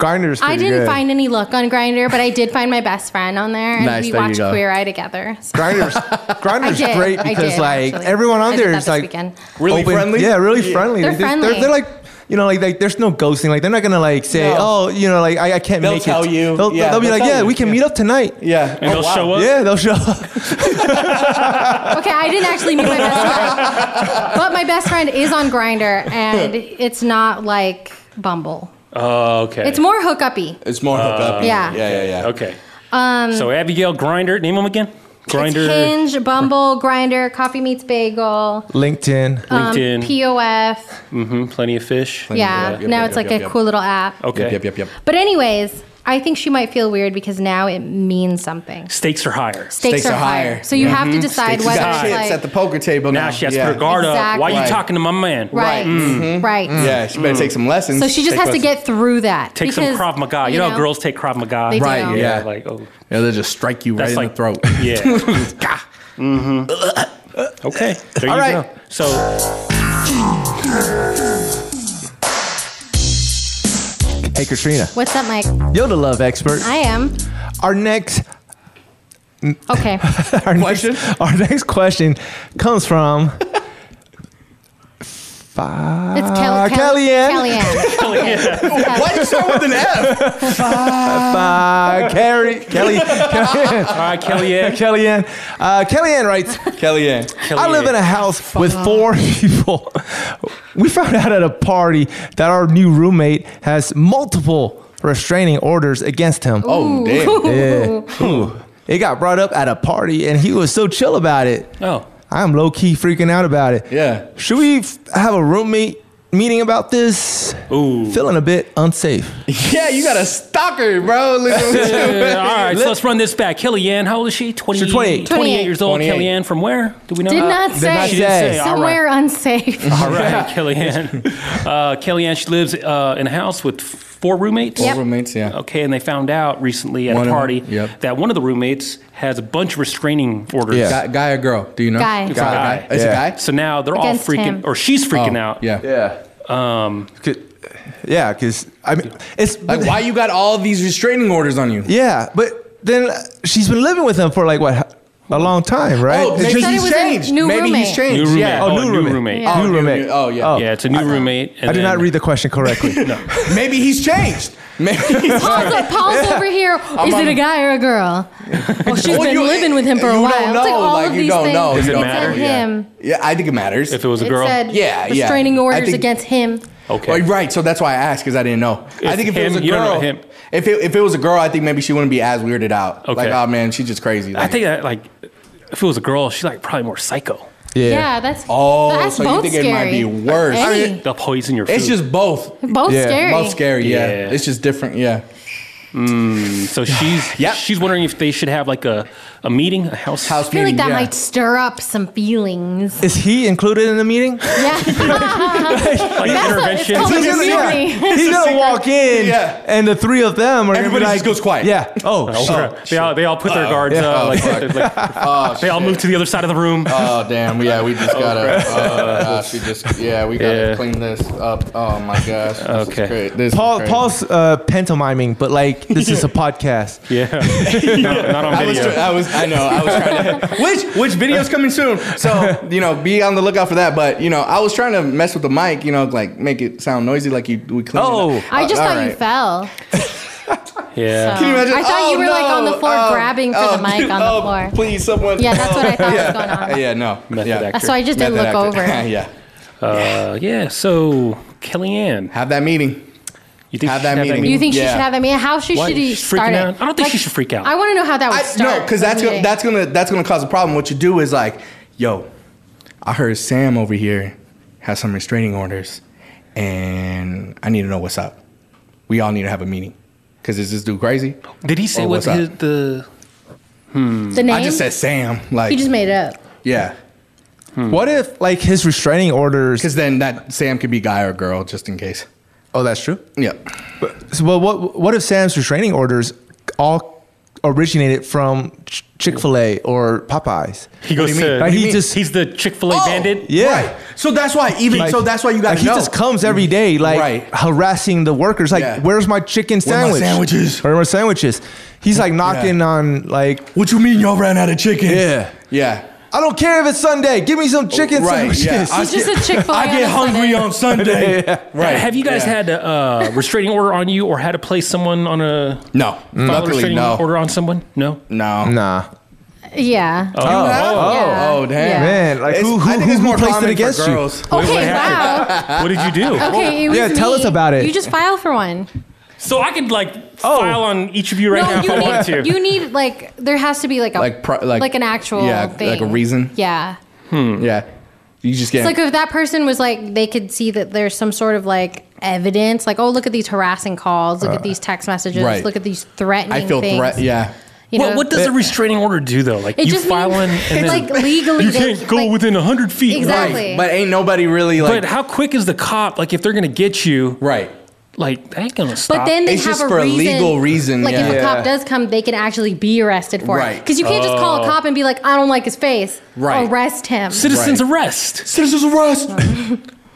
Garner's
I
pretty
didn't
good.
find any luck on Grinder, but I did find my best friend on there, and
Nice,
we
there you
watched
go.
Queer Eye together. So
Grinders, Grinders
I did,
great
I
because
did,
like
actually.
everyone on
I did
there
that
is
this
like
weekend.
Really friendly?
Yeah, really friendly.
They're
they're,
friendly.
They're, like you know, like, like there's no ghosting. Like they're not gonna like say,
No.
oh, you know, like I, I can't
They'll
make
tell
it.
you.
They'll,
Yeah,
they'll be
they'll
like,
tell
yeah,
you.
we can meet up tonight.
Yeah.
And they'll show up?
Yeah, they'll show up.
Okay, I didn't actually meet my best friend, but my best friend is on Grinder, and it's not like Bumble.
Oh, okay.
It's more hookup-y.
It's more hookup.
yeah.
Yeah, yeah, yeah.
Okay. so Abigail Grinder, name them again. Grinder,
It's Hinge, Bumble, Grinder, Coffee Meets Bagel, um,
LinkedIn.
LinkedIn,
POF.
hmm Plenty of Fish.
Yeah.
Yep, yep,
now
yep,
it's
yep,
like
yep,
a
yep.
cool little app.
Okay.
Yep, yep, yep, yep.
But anyways, I think she might feel weird because now it means something.
Stakes are higher.
Stakes, are, higher. Mm-hmm. So you have to decide
Takes
whether
his chips at
it's like
the poker table now.
Now she has
yeah.
to her guard up. Why are you
Exactly.
talking to my man?
right, Mm-hmm. right.
Yeah, she better take some lessons.
So she just
Take
has to
lessons.
get through that.
Take some
because,
Krav Maga. You, know, how girls take Krav Maga.
They do.
Right,
Yeah.
yeah.
Like, oh,
Yeah, they'll just strike you
that's
right
like
in the throat.
Yeah. mm-hmm. Okay. There you
right.
go. So
Hey, Katrina.
What's up, Mike?
You're the love expert.
I am.
Our next
Okay.
our
Question?
Next, our next question comes from
It's Kelly.
Kellyanne.
Uh, Kellyanne.
Why you start with an F?
uh, Carrie Kelly Kellyanne.
all right, Kelly. yeah.
Kellyanne. Uh, Kellyanne writes.
Kellyanne.
I live in a house with four people. We found out at a party that our new roommate has multiple restraining orders against him.
Oh, damn.
Yeah. Ooh. It got brought up at a party and he was so chill about it.
Oh.
I'm low key freaking out about it.
Yeah.
Should we f- have a roommate meeting about this?
Ooh.
Feeling a bit unsafe.
Yeah, you got a stalker, bro. Look at what you-
Uh, all right, so let's run this back. Kellyanne, how old is she? 20,
28.
28 years old.
28.
Kellyanne from where? Do we know?
Uh, Did not say.
not
She didn't
say.
say. All right.
Somewhere unsafe.
All right, Kellyanne. Uh, Kellyanne, she lives uh, in a house with four roommates.
Yep.
Roommates, yeah.
Okay, and they found out recently at
One
a
of them,
party
yep.
that one of the roommates has a bunch of restraining orders.
Yeah.
Guy, guy or girl? Do you know?
Guy. It's a
guy.
guy.
It's
Yeah.
a guy. Oh,
So now they're
Against
all freaking,
him.
or she's freaking out.
Yeah.
Yeah.
Um,
yeah, because I mean, it's
Like, why you got all these restraining orders on you?
Yeah, but then she's been living with him for like what a long time, right?
Oh,
It's
maybe
just-
said it
he's
was a
changed.
new
Maybe
roommate.
he's changed.
new roommate.
Yeah.
Oh,
Oh,
new
a new
roommate.
roommate.
Yeah.
Oh,
new
new-
roommate.
new- oh, yeah.
Yeah, it's a new roommate.
I did not read the question correctly.
Maybe he's changed. Maybe he's
Paul's, Paul's over here. Is
on-
it a guy or a girl? Well, she's
Well,
been
you-
living with him for a
you
while.
don't
it's like
know,
all
like,
of
you
these
don't
things.
know,
you
it
don't
said
know,
yeah.
him.
Yeah, I think it matters.
If it was a
It
girl.
said
Yeah, yeah.
restraining
I
orders
think-
against him.
Well,
okay.
right, so that's why I asked because I didn't know. I
It's
think if it
him,
was a
you don't know
girl,
him.
if it if it was a girl, I think maybe she wouldn't be as weirded out.
Okay.
Like, oh man, she's just crazy.
I
Like,
think that, like, if it was a girl, she's like probably more psycho.
Yeah, that's
Oh,
that's
so you
both
think it
scary.
might be worse. I
Any.
mean,
They'll poison your food.
it's just both.
both
yeah,
scary.
Both scary. Yeah.
Yeah.
it's just different. Yeah.
so she's
Yep.
she's wondering if they should have like a, a meeting, a house
House
I feel like that
meeting, yeah.
might stir up some feelings.
Is he included in the meeting?
Yeah,
like
it's
intervention.
called a
He's gonna- yeah.
meeting.
He's gonna walk in,
Yeah.
and the three of them are gonna be
Everybody just
like-
goes quiet.
Yeah. Oh,
Oh,
shit.
crap. they, all, they all put their guards
Yeah.
up.
Oh,
like,
fuck.
like- they all move to the other side of the room.
Oh damn! Yeah, we just gotta. Oh gosh, we just yeah, we gotta
Yeah.
clean this up. Oh my gosh.
Okay. great.
Paul, Paul's uh, pantomiming, but like this is a podcast.
yeah. No, not on
I was,
video.
I was, I know, I was trying to. Which which video's coming soon? So you know, be on the lookout for that. But you know, I was trying to mess with the mic, you know, like make it sound noisy, like you we clean.
Oh.
it up.
I just
All
thought you
right.
fell.
yeah.
Can
you imagine?
I thought
Oh,
you were like on the
no,
floor
oh,
grabbing for the mic on
oh,
the floor.
Please, someone.
Yeah, that's what I thought was
Yeah.
going on.
Uh, yeah, no.
Method
yeah.
actor.
So I just didn't look
Method
over.
actor. yeah.
Uh, yeah. So Kellyanne,
Have that meeting.
you think
Have
she
that
should
meeting.
You think she
Yeah.
should have that meeting? How she
Why?
should he
She's freaking
start it?
out. I don't think she should freak out.
I want to know how that would
I,
start.
no, because
the
that's gonna,
meeting.
that's gonna that's gonna cause a problem. What you do is like, yo, I heard Sam over here has some restraining orders, and I need to know what's up. We all need to have a meeting. Cause is this dude crazy?
Did he say
Oh, what's
what his,
up?
the?
the name.
I just said Sam. Like,
he just made it up.
yeah.
What if like his restraining orders?
Cause then that Sam could be guy or girl, just in case.
Oh, that's true.
Yeah.
So, well, what what if Sam's restraining orders all originated from Ch- Chick Fil A or Popeyes?
He goes
do you mean?
to.
Like,
he
he
just
just-
he's the Chick Fil A
Oh!
bandit.
Yeah.
Right. So that's why even
Like-
so that's why you got
like
to
he
know.
just comes every day, like
Right.
harassing the workers. Like,
Yeah.
where's my chicken
my
sandwich?
sandwiches?"
Where are my sandwiches? He's like knocking on like
what you mean y'all ran out of chicken?
Yeah.
Yeah.
I don't care if it's Sunday. Give me some chicken
Right,
sandwiches.
yeah. I
He's just a Chick Fil A.
I get hungry on Sunday. Right.
Have you guys
yeah.
had a uh, restraining order on you, or had to place someone on a
No.
file a
Luckily,
restraining
no.
order on someone? No.
No.
Nah.
Yeah.
Oh,
Yeah.
Oh, damn.
Yeah.
Man, like
It's-
who, who,
I think
who,
it's more
who placed
common
it
for
against you?
girls.
What
Okay.
happened?
Wow.
What did you do?
Okay. It was
Yeah, tell
me.
us about it.
You just filed for one.
So I could like file on each of Oh. you right now
no,
if I wanted
you
to.
need, you need like there has to be like a
Like pro- like-
an actual
yeah,
thing.
like a reason?
Yeah.
Yeah. You just get
It's like if that person was like they could see that there's some sort of like evidence, like oh look at these harassing calls, look at these text messages,
Uh, right.
look at these threatening.
I feel
things.
threat. Yeah.
You
What-
know?
what does a restraining order do though? Like
It
you
just
file in
means-
and then
it's like legally
you
they-
can't go
like-
within hundred feet.
Exactly.
But ain't nobody really like
But how quick is the cop? Like if they're gonna get you,
right.
like they ain't gonna stop.
But then they
It's
have
just
a
for a
reason,
legal reason,
Like if
yeah.
a
Yeah.
cop does come, they can actually be arrested for it.
Right.
Because you can't just call a cop and be like, I don't like his face.
Right.
Arrest him.
Oh. citizens
Right.
arrest.
Citizens arrest.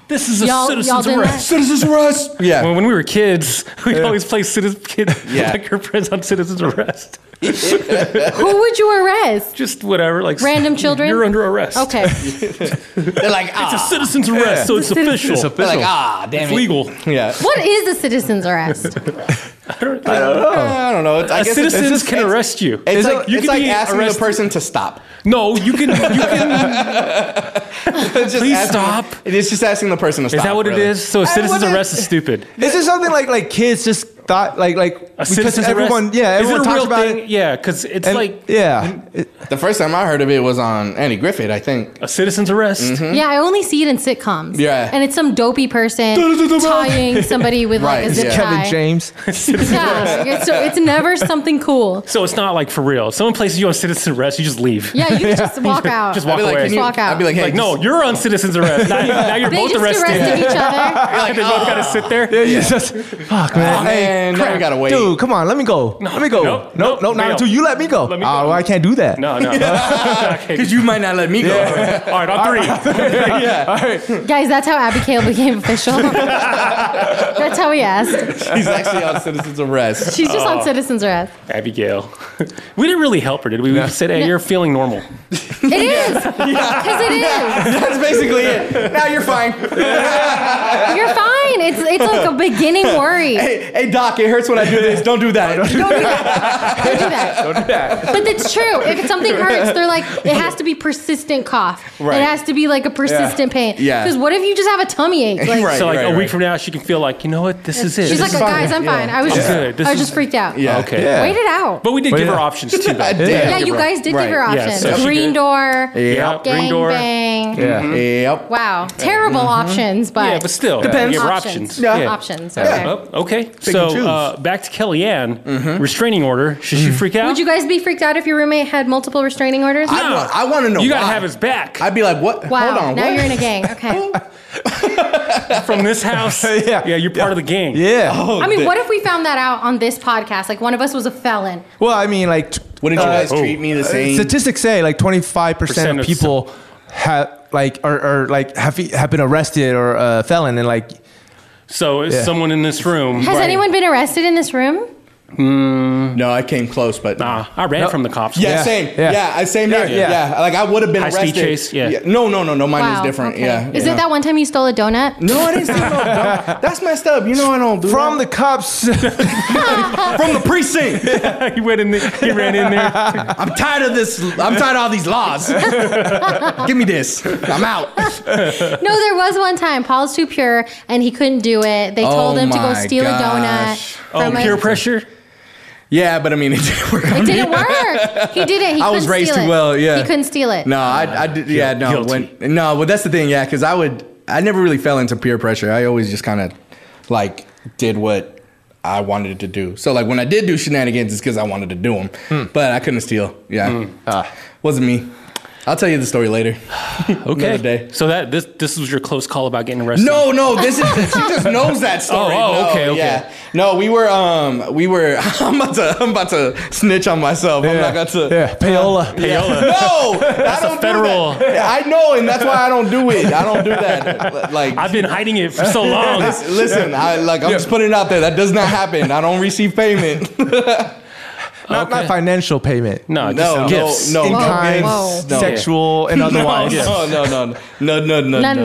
This is a
Y'all- y'all
citizens
didn't
arrest.
Citizens arrest. Yeah.
When, when we were kids, we'd always play citizen kid
Yeah.
like our friends on citizens arrest.
Who would you arrest?
Just whatever, like
Random children?
You're under arrest.
Okay.
They're like ah.
It's a citizens arrest, so it's official. It's
They're like ah. Damn it.
legal.
Yeah.
what is a citizen's arrest?
Mm-hmm. I don't know. It's, I
A
guess
citizen
it's, it's,
can
it's,
arrest you.
It's
Is
like,
it-
you
it's
can
like
be
asking the
arrested-
person to stop.
No, you can. You can.
It's just
Please
asking-
stop.
It's just asking the person to stop.
Is that what
really.
it is? So a citizen's
wouldn't-
arrest is stupid.
Is this something like like kids just thought like like
A citizen's
everyone
arrest.
yeah
Is
everyone
it a
talks
real
about
thing?
it
Yeah, because it's
and
like
yeah It-
The first time I heard of it was on Annie Griffith, I think.
a citizen's arrest.
Yeah, I only see it in sitcoms.
Yeah.
And it's some dopey person tying somebody with like
Right,
a zip
yeah.
Kevin
tie.
James
Oh,
Yeah. it's- So it's never something cool.
So it's not like for real. If someone places you on citizen's arrest, you just leave.
Yeah, you just walk out.
Just walk
I'd be like,
away.
can you-
Walk out.
I'd be like, hey,
Like,
just-
no, you're on citizen's arrest. Now, now you're
They
both
just
arrested.
arrested each other.
they both got to sit there.
yeah, you just fuck man
Oh,
hey
man, now we gotta wait.
dude come on let me go let me go
nope,
no
nope,
no not
bail.
until you let me go
Let me
Ah,
go.
well, I can't do that
Oh, No, no. Okay.
Because you might not let me go.
All right, on three.
Guys, that's how Abby Cale became official. that's how we asked.
He's actually on citizen's arrest.
She's just
Oh.
on citizen's arrest.
Abigail. We didn't really help her, did we? We said, hey, you're feeling normal.
It is. Because it is.
That's basically it. Now you're fine.
You're fine. It's it's like a beginning worry.
Hey, hey, Doc, it hurts when I do this. Don't do that.
Don't do that. Don't do that. Don't do that. But it's true. If something hurts, they're like, it has to be persistent cough.
Right.
It has to be like a persistent pain.
Yeah.
Because what if you just have a tummy ache? Like,
Right,
so, like,
right,
a week
right.
from now, she can feel like, you know what? This is it.
She's
This
like,
is-
guys, I'm fine. I was
I'm
just,
good. This
I was
is-
just freaked out.
Yeah.
okay.
Yeah.
Wait it out.
But we did give her
yeah.
options, too.
I
though.
did.
yeah, you guys did
Right.
give her
Yeah,
options.
so she
Green
did.
door,
Yeah,
gang
green door. Mm-hmm.
bang.
yeah
Yep.
Wow, terrible options, but
Yeah, but still.
Depends.
You give her
Options.
options.
Yeah. Options, okay.
Oh, okay. So, uh, back to Kellyanne.
Mm-hmm.
Restraining order. Should she freak out?
would you guys be freaked out if your roommate had multiple restraining orders?
I, want, I want to know
You gotta
why.
have his back
I'd be like, what?
Wow,
Hold on.
now
what?
you're in a gang. Okay.
from this house.
Yeah.
yeah, you're part of the gang.
yeah
Oh.
I mean, what if we found that out on this podcast? Like one of us was a felon.
well I mean like t- uh,
Wouldn't you guys
oh.
treat me the same?
statistics say like 25
of
percent of people have like are, are like have have been arrested or uh, felon and like
So is
Yeah.
someone in this room.
Has anyone been arrested in this room?
no, I came close, but
Nah, Ah, I ran from the cops.
Yeah,
Yeah,
same.
yeah.
Yeah, I same here.
yeah.
Yeah. like I would have been
High-speed
arrested.
chase, yeah.
No, no, no, no. Mine
wow.
was different.
okay.
Yeah.
Is
yeah.
it that one time you stole a donut?
No, I didn't steal no. no. That's messed up. You know I don't do
from the
that.
cops
from the precinct.
he went in there. He ran in there.
I'm tired of this. I'm tired of all these laws. Give me this. I'm out.
No, there was one time. Paul's too pure, and he couldn't do it. They told
Oh
him to go
my
steal
gosh.
a donut.
Oh,
from a-
peer pressure.
Yeah, but I mean, it didn't work.
It didn't work. He did it. He
I was
couldn't
raised
steal
too
it.
well, yeah.
he couldn't steal it.
No, I, I did. Yeah, no.
Uh, guilty.
When, no, but that's the thing. Yeah, because I would. I never really fell into peer pressure. I always just kind of like did what I wanted to do. So like when I did do shenanigans, it's because I wanted to do them.
Hmm.
But I couldn't steal. Yeah,
Ah.
wasn't me. I'll tell you the story later.
Okay.
Another day.
So that this this was your close call about getting arrested.
No, no, this is she just knows that story.
Oh, oh,
No,
okay, okay.
No, we were um we were I'm about to I'm about to snitch on myself. I'm not gonna
yeah payola
Payola.
No, I don't
federal-
do that. I know, and that's why I don't do it. I don't do that. Like
I've been hiding it for so long.
listen, I like I'm just putting it out there. That does not happen. I don't receive payment.
Not, not financial payment.
No,
No, no,
gifts.
no,
in
no,
kind,
Whoa.
No.
sexual, and otherwise.
No, no, no, no, no, no, no, no, no.
None of
None of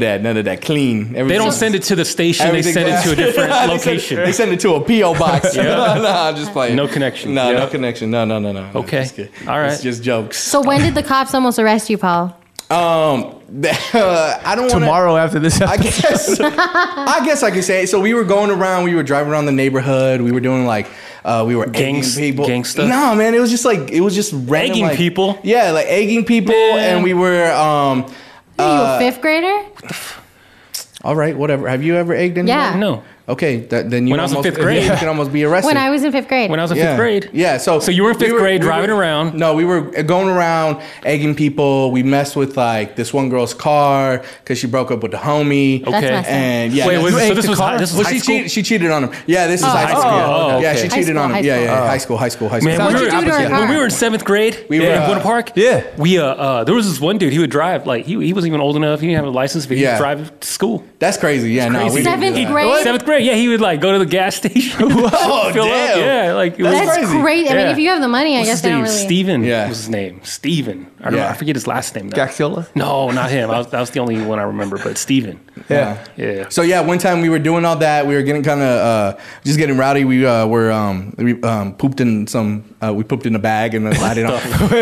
that. None of that. Clean. Everything,
They don't send it to the station. They
everything-
send it to a different
They send-
location.
They send it to a PO box.
Yeah.
no, no, I'm just playing.
No connection.
No,
Yeah.
no connection. No, no, no, no. no.
Okay.
It's good.
All right.
It's just jokes.
So when did the cops almost arrest you, Paul?
Um, I don't want
Tomorrow after this
I
episode.
guess I guess I can say it. So we were going around, we were driving around the neighborhood, we were doing like uh, we were egging
Gangs-
people.
gang stuff?
No, man, it was just like it was just random,
Egging
like-
people?
Yeah, like egging people,
Man.
and we were um.
Are you a fifth grader?
All right, whatever. Have you ever egged anybody?
Yeah.
No.
Okay, that, then you
When I was in
almost,
fifth grade.
you can almost be arrested.
When I was in fifth grade.
When I was in
yeah.
fifth grade.
Yeah, so
So you were in fifth grade driving
were-
around.
No, we were going around egging people. We messed with like this one girl's car because she broke up with the homie.
That's
Okay.
messed up.
And yeah,
Wait,
no,
was,
you
so
ate
this
the
was
car?
high, this was
Well,
high
she
school.
cheated. She cheated on him. Yeah, this is high
high
school.
school. Oh, okay.
Yeah, she
High
cheated
school,
on
high
him. Yeah, yeah,
school.
yeah, high school, high school, high school.
Man,
Sounds
we
like
were,
you do to our
when we
car.
were in seventh grade,
We
in
were, uh,
Buena Park,
yeah.
we uh, uh, there was this one dude. He would drive like he, he wasn't even old enough. He didn't have a license, but he
Yeah.
would drive to school.
That's crazy. Yeah, no,
crazy.
we didn't do
Seventh
that.
grade? What?
Seventh grade, yeah, he would like go to the gas station.
Whoa,
fill up.
damn.
Yeah, like it was,
That's
crazy.
great. I mean,
Yeah.
if you have the money, I
what's
guess
his
they
name?
don't really.
Steven
Yeah.
was his name. Steven. I, remember,
Yeah.
I forget his last name. Though.
Gaxiola?
No, not him. I was, that was the only one I remember. But Steven.
Yeah.
Yeah.
So yeah, one time we were doing all that. We were getting kind of uh, just getting rowdy. We uh, were um, we um, pooped in some. Uh, we pooped in a bag and then lighted on.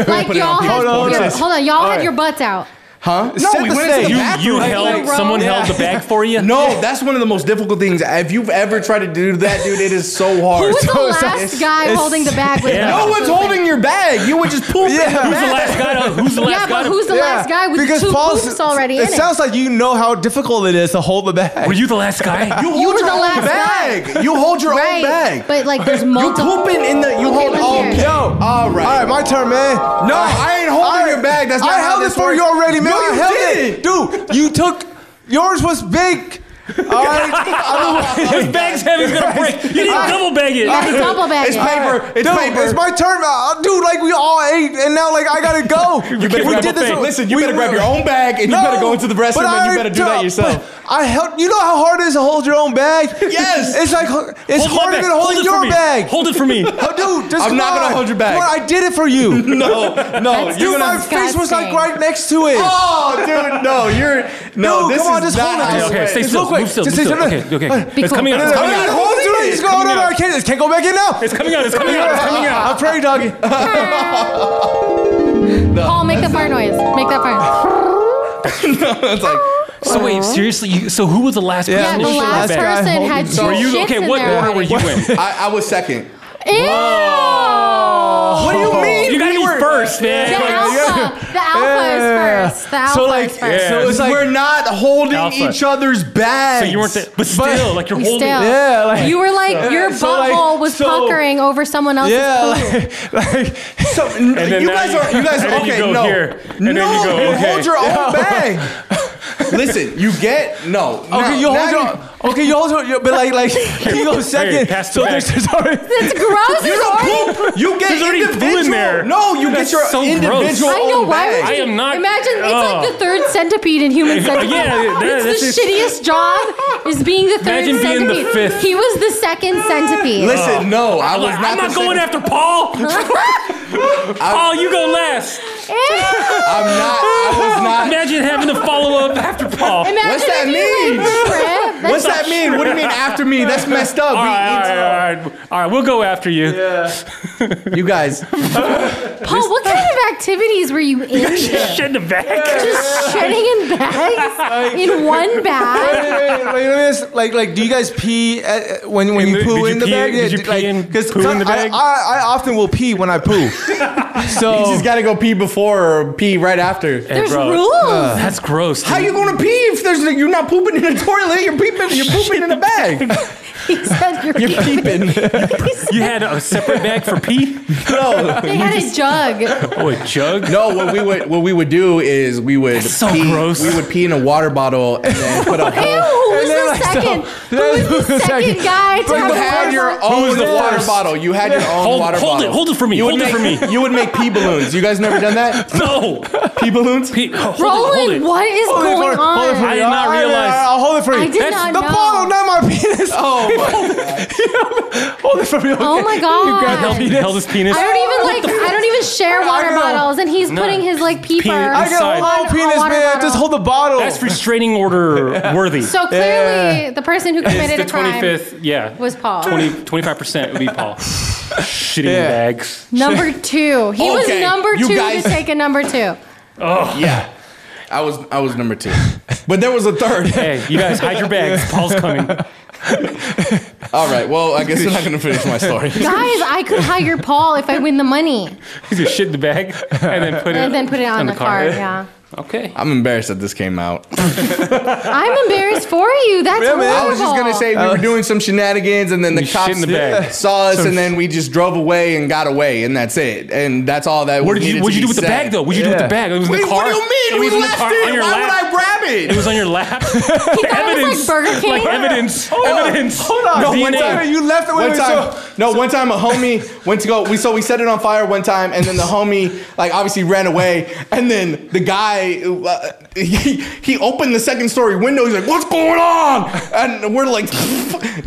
Like
Put it on
y'all
people's
had, hold on, your,
porches.
hold on, y'all had
right.
your butts out.
Huh? No,
Set
we
the
went into
stage.
the
You
bathroom.
you
like-
held
like-
someone
Yeah.
held the bag for you.
No, that's one of the most difficult things. If you've ever tried to do that, dude, it is so hard.
Who was the
So-
last
it's-
guy
it's-
holding the bag? With
Yeah.
No
the butts
one's
open?
holding your bag. You would just poop. in
Yeah.
the
Who's
bag.
the last guy? to- Who's the last
Yeah,
guy?
but
to-
who's the last guy with two
Paul's-
poops already
It
in
sounds like you know how difficult it is to hold the bag.
were you the last guy?
You
You
hold
were
your
the
own
last
bag. You hold your
it?
own
Right,
bag.
but like there's multiple.
pooping in the- you hold
listen
all-
here.
Yeah.
Yo,
All right.
all right, my turn, man.
No, I ain't holding your bag. That's not
I
how
held it
this
for
works.
you already, man.
No,
I
you
held
didn't.
it, dude. You took yours was big. All right, I don't-
His bag's heavy. He's gonna break. You need to double bag it.
You gotta double bag
It's
it.
paper. It's
dude,
paper.
it's my turn, uh, dude. Like we all ate, and now like I gotta go.
You better grab a thing.
Listen, you better grab your own bag and you better go into the
but
restroom
I
and you better do that
don't-
yourself.
but I help. You know how hard it is to hold your own bag.
Yes.
it's like it's
Hold my
harder
bag.
than
Hold
holding
it for
your
me.
bag.
Hold it for me.
Oh, dude, just
I'm
come
not gonna
on.
hold your bag.
Come on, I did it for you.
No, no,
That's
you're
Dude,
gonna.
my face was like
disgusting.
right next to it.
Oh, dude, no, you're no.
Dude,
this
come on,
is
just
not
hold
how
it.
it
Okay,
works.
stay
Just
still.
look quick.
Move still.
Just
move still.
stay still.
Okay, okay.
Be
It's
cool.
coming out.
No,
It's
no,
I'm
coming
not
out.
holding it. It's going
coming
on.
out.
I can't. It's can't go back in now.
It's coming out. It's coming out. It's coming out.
I'm praying, doggy.
Paul, make the fart noise. Make that fart.
it's like
So wait, seriously? You, so who was the last
Yeah,
Yeah,
person? to
the
Mr.
shit in
last
the
Last Guy
bag?
person
holding-
had two
So-
Were you
shits
okay?
in
What
there
order were
already.
you in?
I, I was second.
Ew.
What do you mean?
Oh. You gotta be first, man.
The
Like,
alpha. The alpha
Yeah.
is first. The alpha
So like,
is first.
so it's like
We're not holding
Alpha.
each other's bags.
so you weren't there, but still, like you're
You
holding.
still.
Yeah, like-
you were like your
So, like,
butthole was
so-
puckering over someone else's poop.
yeah, like, like
So n-
then
you
now
guys
you-
are you guys
and
are
then you
okay.
go
no,
here, and
no,
then you go, okay.
hold your own bag. Listen, you get no. now-
okay, you
now
hold your okay, you hold your, your- but like like you go second.
pass the
so
back.
there's there's already
It's gross.
You
it's
don't
horrible.
poop. You get
There's already poo in
individual.
there.
No, you
That's
get your
so gross.
individual.
I know.
own
Why
bag.
would you?
I am not-
Imagine it's
Ugh.
like the third centipede in human centipede.
yeah, that-
it's the
that's
shittiest job is being the third
Imagine being
centipede.
the fifth.
He was the second centipede.
Listen, no, I
Oh. I'm
was
like,
not.
I'm not
the
going
second-
after Paul. Paul, you go last.
Eh? Ew.
I'm not. I was not.
Imagine having to follow up after Paul.
Imagine
What's that
if you
mean?
went trip.
What's
That's
that mean? What do you mean after me? That's messed up.
All
We-
right, all right, all right, all right. We'll go after you.
You guys,
Paul, what kind of activities were you in?
Shit in the bag.
Just shitting in bags? In one bag?
Wait, wait, wait, let me ask, like, like, do you guys pee at, when when
In
you
the-
poo
did you
in the
pee-
bag?
did you pee
like,
and
'cause
poo in the
I-
bag?
I, I, often will pee when I poo.
you
so
just gotta go pee before or pee right after.
There's
bro. Uh,
rules.
That's gross.
How you gonna pee if there's you're not pooping in the toilet? You're peeping. You're pooping in a bag.
he said you're,
You're peeping.
You had a separate bag for pee?
No,
They had a jug.
Oh, a jug?
No, what we would what we would do is we would
so
pee,
gross.
we would pee in a water bottle and then put a
Ew, who
whole
was
then,
the
like,
second? Who was the second guy to
you
have
had
a
your
water bottle?
own
the
water
first?
bottle. You had your own
Hold-
water
hold it,
bottle.
hold it for me,
You would
hold it
make,
for me.
You would make pee balloons. You guys never done that?
No.
pee balloons?
Pee, oh, hold it, hold it.
Roland, what is
Hold it for-
going
hold it for
on?
I
you.
did not
All right, all right,
realize.
I'll hold it for you.
I did
That's
not
the
know.
bottle, not my penis.
Oh,
Hold it for me. Okay.
Oh my
You
God.
grab
held,
my
he
penis.
held his penis.
I don't even like. I don't even share water
know.
bottles, and he's
No.
putting his like peeper.
I got
inside.
a whole
on
penis,
water
man.
bottle.
Just hold the bottle.
That's restraining order worthy.
So clearly, the person who
it's
committed
the
a crime
25th. Yeah.
was Paul.
25 percent would be Paul. Shitty
Yeah.
bags.
Number two. He
Okay,
was number
you
two
guys-
to take a number two.
Yeah. I was I was number two, but there was a third.
Hey, you guys hide your bags. Paul's coming.
All right. Well, I guess I'm not gonna finish my story.
Guys, I could hire Paul if I win the money
He's gonna shit in the bag and then put it
and then put it on, the, card. Yeah.
Okay.
I'm embarrassed that this came out.
I'm embarrassed for you. That's
Yeah, man.
horrible.
I was just gonna say we were doing some shenanigans, and then the
You Oh. shit
cops
in the bag.
saw us, and then we just drove away and got away, and that's it. And that's all that.
What did you
needed
What'd
to
you do
be
with the
said.
bag though? What'd you do with
Yeah.
the bag? It was in
Wait,
the car.
what do you mean?
was
we
in the
left
car,
it.
on your
Why
lap.
would I grab it?
It was on your lap.
He thought it was like Burger King.
Like evidence.
on.
evidence.
Hold on.
DNA.
one time-
You left it with
one
me,
time,
so-
no, one time a homie went to go. We so we set it on fire one time, and then the homie like obviously ran away, and then the guy uh, he, he opened the second story window. He's like, "What's going on?" And we're like,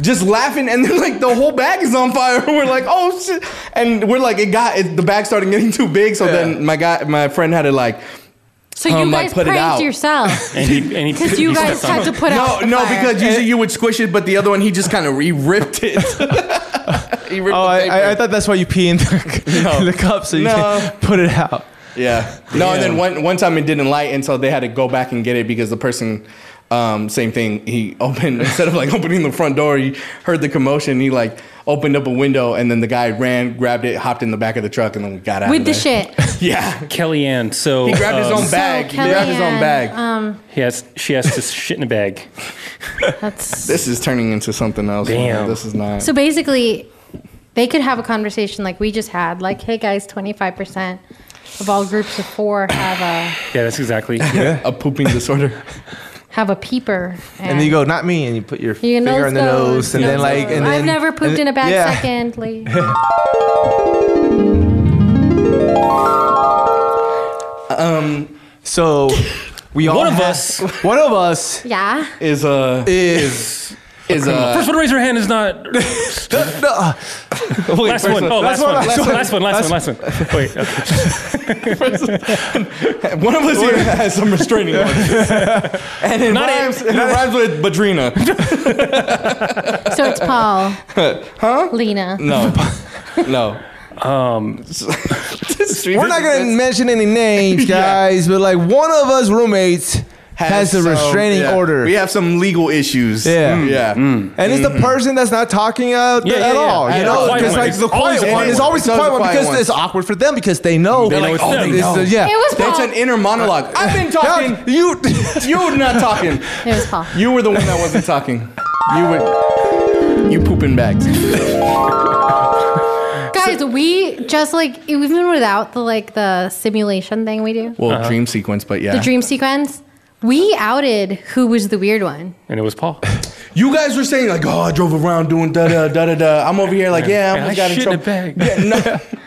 just laughing, and then like the whole bag is on fire. We're like, "Oh shit!" And we're like, it got it, the bag started getting too big, so then my guy, my friend had to like.
so you
Um, I
guys
put it out.
pranked yourself
And he, and he,
because
he
you
stepped
guys
on
had
it.
to put
No,
out. the
no,
fire.
because usually you would squish it, but the other one he just kind of he ripped it. he ripped
Oh,
the
I,
paper.
I, I thought that's why you pee in the,
No.
the cup so you
No.
can put it out.
Yeah. No, and then one one time it didn't light, and so they had to go back and get it because the person, um, same thing. He opened instead of like opening the front door, he heard the commotion. He like opened up a window, and then the guy ran, grabbed it, hopped in the back of the truck, and then we got out
with
of
the
there.
shit.
Yeah.
Kellyanne. So
He grabbed his
um,
own bag.
So,
he grabbed his
Kellyanne,
own bag.
Um,
He has, she has to shit in a bag.
that's
this is turning into something else.
Damn.
This is not.
so basically, they could have a conversation like we just had. Like, hey guys, twenty five percent of all groups of four have
Yeah, that's exactly. Yeah.
a pooping disorder.
a have a peeper.
And you go, not me, and you put your
You
finger in the nose, and then like, and
I've
then-
never pooped
and-
in a bag
yeah.
secondly.
So we all
One of
have-
us-
one of us
Yeah.
Is uh
is
is uh
First one, to raise your hand is not.
no, wait,
Last one. Oh, last one. Last one. Last one. Last one. Last one. Wait. Okay.
one of us here has some restraining orders, and it
Not it.
rhymes. and it rhymes with Badrina.
So it's Paul. huh? Lena.
No, no.
Um,
We're not gonna mention any names, guys, but like one of us roommates has, a
some-
restraining
yeah.
order,
We have some legal issues.
Yeah.
Mm, yeah.
and it's the person that's not talking out
Mm-hmm. Yeah, yeah,
at
yeah.
all.
Yeah,
You
the
know,
quiet
because
one.
like the
It's always the
quiet one
quiet
is
one.
always the
It's always
quiet one
the quiet
because
one.
it's awkward for them because they know.
They're like, "Oh,
oh, they
no."
know. Yeah.
It was
That's
Paul.
an inner monologue. I've been talking.
Yeah, you.
You're not talking.
it was Paul.
You were the one that wasn't talking. You were. You pooping bags.
Guys, we just like even without the like the simulation thing we do,
Well, dream sequence, but yeah.
the dream sequence, we outed who was the weird one.
and it was Paul.
You guys were saying like, "Oh, I drove around doing da da da da da." I'm over here like, "Yeah, I
And I
almost got in
shit in a
trouble."
bag.
Yeah, no.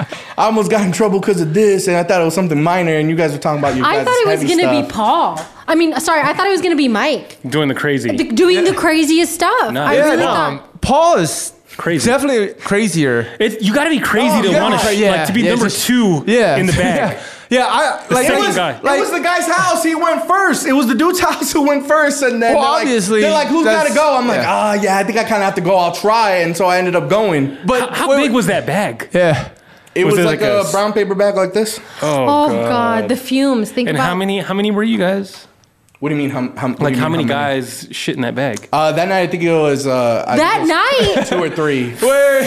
I almost got in trouble because of this, and I thought it was something minor. And you guys were talking about your.
I
guys'
thought it was
heavy
gonna
stuff.
be Paul. I mean, sorry, I thought it was gonna be Mike
Doing the crazy.
the, doing the craziest stuff.
No.
I
Yeah,
really
no.
thought.
Paul is
Crazy.
definitely crazier.
It, you got to be crazy
Oh,
to
yeah.
want to
Yeah.
like to be
Yeah,
number
just-
two
Yeah,
in the bag.
Yeah, yeah I like.
It
Second
was,
guy.
it was the guy's house. He went first. It was the dude's house who went first, and then
Well,
they're like-
obviously,
they're like, "Who's got to
that's-
go?" I'm like,
yeah.
"Ah, yeah, I think I kind of have to go. I'll try." And so I ended up going.
But
How
wait,
big was that bag?
Yeah.
It
Was
was,
it
like,
like
a,
a s-
brown paper bag like this.
Oh god. the fumes. Think
And
about
how many? How many were you guys?
What do you mean? How, how, what do
Like
you
how
mean,
many guys shit in that bag?
Uh, that night, I think it was uh, I
that
think it
night.
was two or three.
Wait.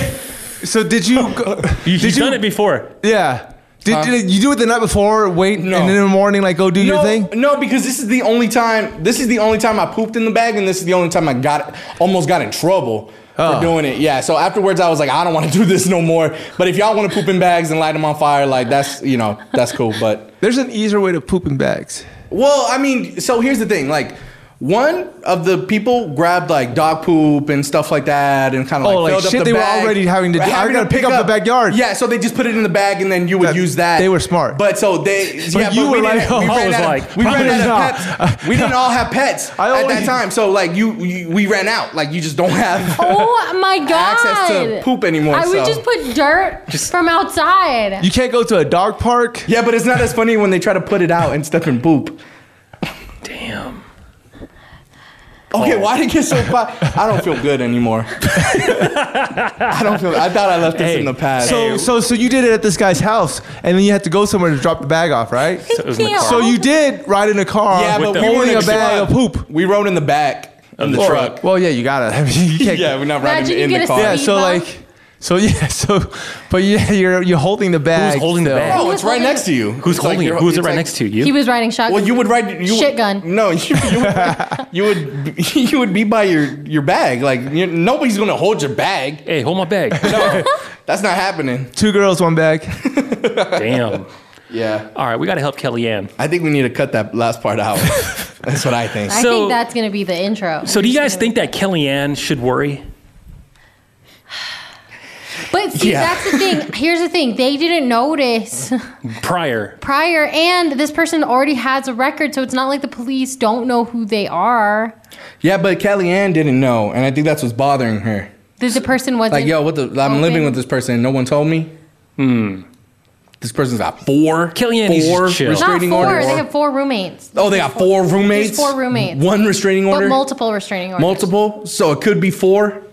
So did you? Go,
You,
did
you've
you?
done it before.
Yeah. Did, did you do it the night before? Wait,
No.
and in the morning, like go do your thing.
no, because this is the only time. This is the only time I pooped in the bag, and this is the only time I got almost got in trouble
Oh.
for doing it. Yeah. So afterwards, I was like, I don't want to do this no more. But if y'all want to poop in bags and light them on fire, like that's you know that's cool. But
There's an easier way to poop in bags.
well, I mean, so here's the thing, like. One of the people grabbed like dog poop and stuff like that, and kind of like
Oh, like
filled up
shit
the
they were
bag.
already having to do. I
Having
gotta pick up the backyard.
Yeah, so they just put it in the bag, and then you would use that.
They were smart.
But so they,
But
yeah,
you
but
were
we
like,
didn't, we
"Oh, I
ran
was
out
like,
of, we ran
probably
out of
not.
pets. We didn't all have pets
I
at that
only-
time, so like you, you, we ran out. Like you just don't have
Oh my god!
access to poop anymore.
I would
so.
just put dirt from outside.
You can't go to a dog park.
yeah, but it's not as funny when they try to put it out and step in poop.
Damn.
Okay, why did it get so hot? I don't feel good anymore. I don't feel. I thought I left this
Hey,
in the past.
So, so, so you did it at this guy's house, and then you had to go somewhere to drop the bag off, right?
It was in the
Damn.
car.
So you did ride in a car,
yeah,
uh, with
but
the-
we were
holding
in
a bag of poop.
We rode in the back of the
Or-
truck.
Well, yeah, you gotta. I mean, you can't-
yeah, we're not riding
Imagine you
in
get
the
a
car.
yeah.
Speed
So
bump.
like, so yeah, so, but yeah, you're you're holding the bag.
holding the
still.
bag?
Oh, it's right next to you.
Who's
It's like
holding
you're-
it? Who's it
it's
right
like-
next to you?
He was riding shotgun.
Well, you would ride you
Shit
would-
gun.
No, you you would you would, be, you would be by your your bag. Like you nobody's gonna hold your bag.
hey, hold my bag.
No, that's not happening.
Two girls, one bag.
Damn.
Yeah,
All right, we got to help Kellyanne.
I think we need to cut that last part out. that's what I think.
I
So-
think that's gonna be the intro.
So do you guys think that Kellyanne should worry?
But see,
Yeah.
that's the thing. Here's the thing: they didn't notice
Prior.
prior, and this person already has a record, so it's not like the police don't know who they are.
Yeah, but Kellyanne didn't know, and I think that's what's bothering her.
That the person wasn't
Like, yo, what the? I'm living
open.
with this person. No one told me. Hmm. This person's got four.
Kellyanne needs to
four
chill. Not
Not
restraining
four.
orders.
They have four roommates.
oh, they got four roommates.
There's four roommates.
One restraining order.
But multiple restraining orders.
Multiple. So it could be four,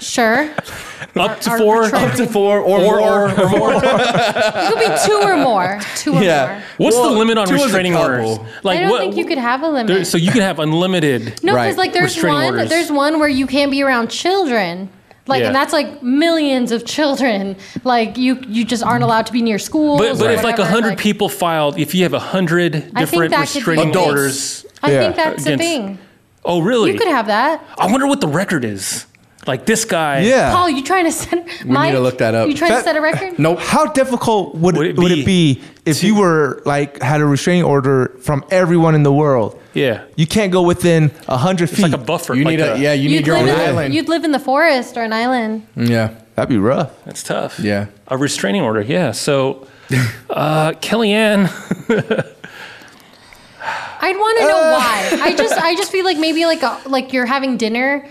Sure. It
Up to
our
four.
patrol-
up to four, or more.
or more.
could be two or more. Two or
Yeah.
more.
What's
Well,
the limit on
two is a
restraining
couple.
orders?
I
Like
don't think you could have a limit.
there- so you can have unlimited.
No,
Right.
because like there's
Restraining
one
orders.
there's one where you can't be around children. Like
Yeah.
and that's like millions of children. Like you you just aren't allowed to be near schools.
But, but
or
if like
whatever,
hundred people filed, if you have hundred
I think
different
that could be
restraining
fixed.
orders,
I
Yeah.
think that's the
Against-
thing.
oh really?
You could have that.
I wonder what the record is. Like this guy.
Yeah.
Paul, you trying to set we Mike,
look that up.
You trying
That-
to set a record?
Nope.
How difficult would
Would
would
it
it
be
be, if you were like had a restraining order from everyone in the world?
Yeah.
You can't go within a hundred feet.
It's like a buffer.
You
like
need a, yeah. You need
You'd
your
live,
own
in the-
island.
you'd live in the forest or an island.
yeah.
That'd be rough.
That's tough.
Yeah.
A restraining order. Yeah. So, uh, Kellyanne.
I'd want to
Uh.
know why. I just I just feel like maybe like a, like you're having dinner,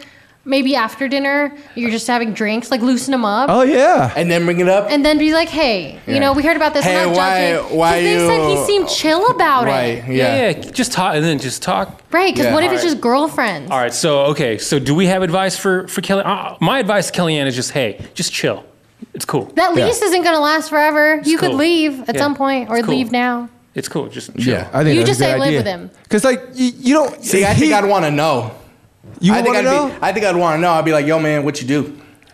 maybe after dinner you're just having drinks, like loosen them up.
Oh yeah.
And then bring it up.
and then be like, "Hey,
Yeah.
you know, we heard about this.
Hey,
I'm not
why-
judging."
why
'Cause they said
you-
he seemed chill about
right.
it,
Yeah.
yeah. Just talk and then just talk.
right? Because
Yeah.
what if
Alright.
it's just girlfriends?
All right. So okay. So do we have advice for for Kelly? Uh, my advice to Kellyanne is just hey, just chill. It's cool.
That lease isn't going to last forever. you
cool.
could leave at
Yeah.
some point, or
It's cool.
leave now.
It's cool. Just chill.
Yeah.
I think
You
that's
just
a good
say live
idea.
with him.
Cause like you, you don't
See, I think
he-
I'd want to know.
You
I
want
think
to
I'd
know?
be. I think I'd want to know. I'd be like, yo, man, what you do?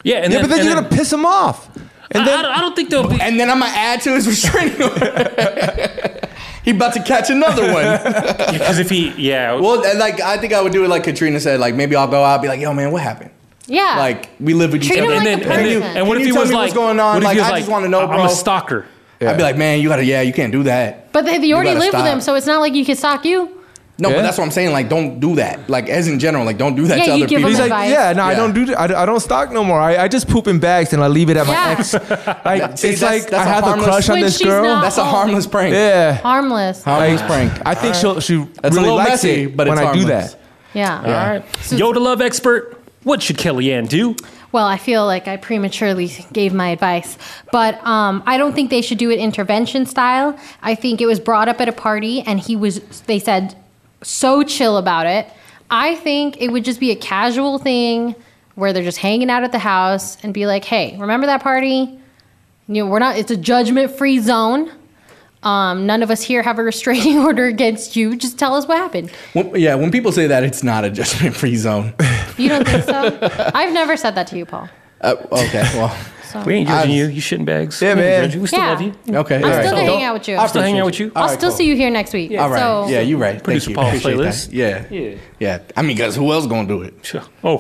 Yeah. And
yeah, but then
and
you're gonna piss him off. And
I,
then
don't- I don't think they'll be.
And then I'm gonna add to his restraining order. he about to catch another one.
Because if he, yeah.
well, and like I think I would do it like Katrina said. Like maybe I'll go out, be like, yo, man, what happened?
Yeah,
Like we live with each
Ah. Treat
other.
him like
and
a
and,
person.
and what
Can
if
you
he
tell
was
me
like,
what's going on?
What if
Like,
he was
I
like,
just wanna know,
I'm
bro."
a stalker.
I'd be like, man, you gotta, yeah, you can't do that.
but they, they already
gotta
live with
stop.
him, so it's not like you could stalk you.
No, but
Yeah.
that's what I'm saying. Like, don't do that. Like, as in general, like, don't do that
Yeah,
to
you
other
give
people.
he's
him
like,
advice.
yeah, no, I
Yeah.
don't do. that. I, I don't stock no more. I, I just poop in bags and I leave it at my
Yeah.
ex. Like
See,
it's
that's-
like
that's
I
a
have a
harmless-
crush on
When
this
she's
girl.
not-
That's a
Oh.
harmless prank.
yeah.
Harmless.
Harmless
Like,
prank.
I think she'll she
That's a
really
little
likes
messy,
it
but
when
it's
I do
harmless.
that.
yeah.
All right. Yoda love expert. What should Kellyanne do?
Well, I feel like I prematurely gave my advice, but um, I don't think they should do it intervention style. I think it was brought up at a party, and he was, they said, so chill about it. I think it would just be a casual thing where they're just hanging out at the house and be like, hey, remember that party? You know, we're not, it's a judgment free zone. Um, none of us here have a restraining order against you. Just tell us what happened.
When- yeah, when people say that, it's not a judgment free zone.
You don't think so? I've never said that to you, Paul.
Uh, okay, well,
We ain't judging you. You shitting bags.
Yeah,
we ain't
man.
judging you. We still
Yeah.
love you.
okay.
I'm still hanging out with you.
I
I'll
still hang out with
appreciate
you.
All
I'll
right,
still
cool.
see you here next week.
All right.
So
yeah, you're right.
Producer
Thank you.
Paul
Appreciate
playlist.
that. Yeah.
Yeah.
Yeah. I mean, because who else gonna do it?
Oh,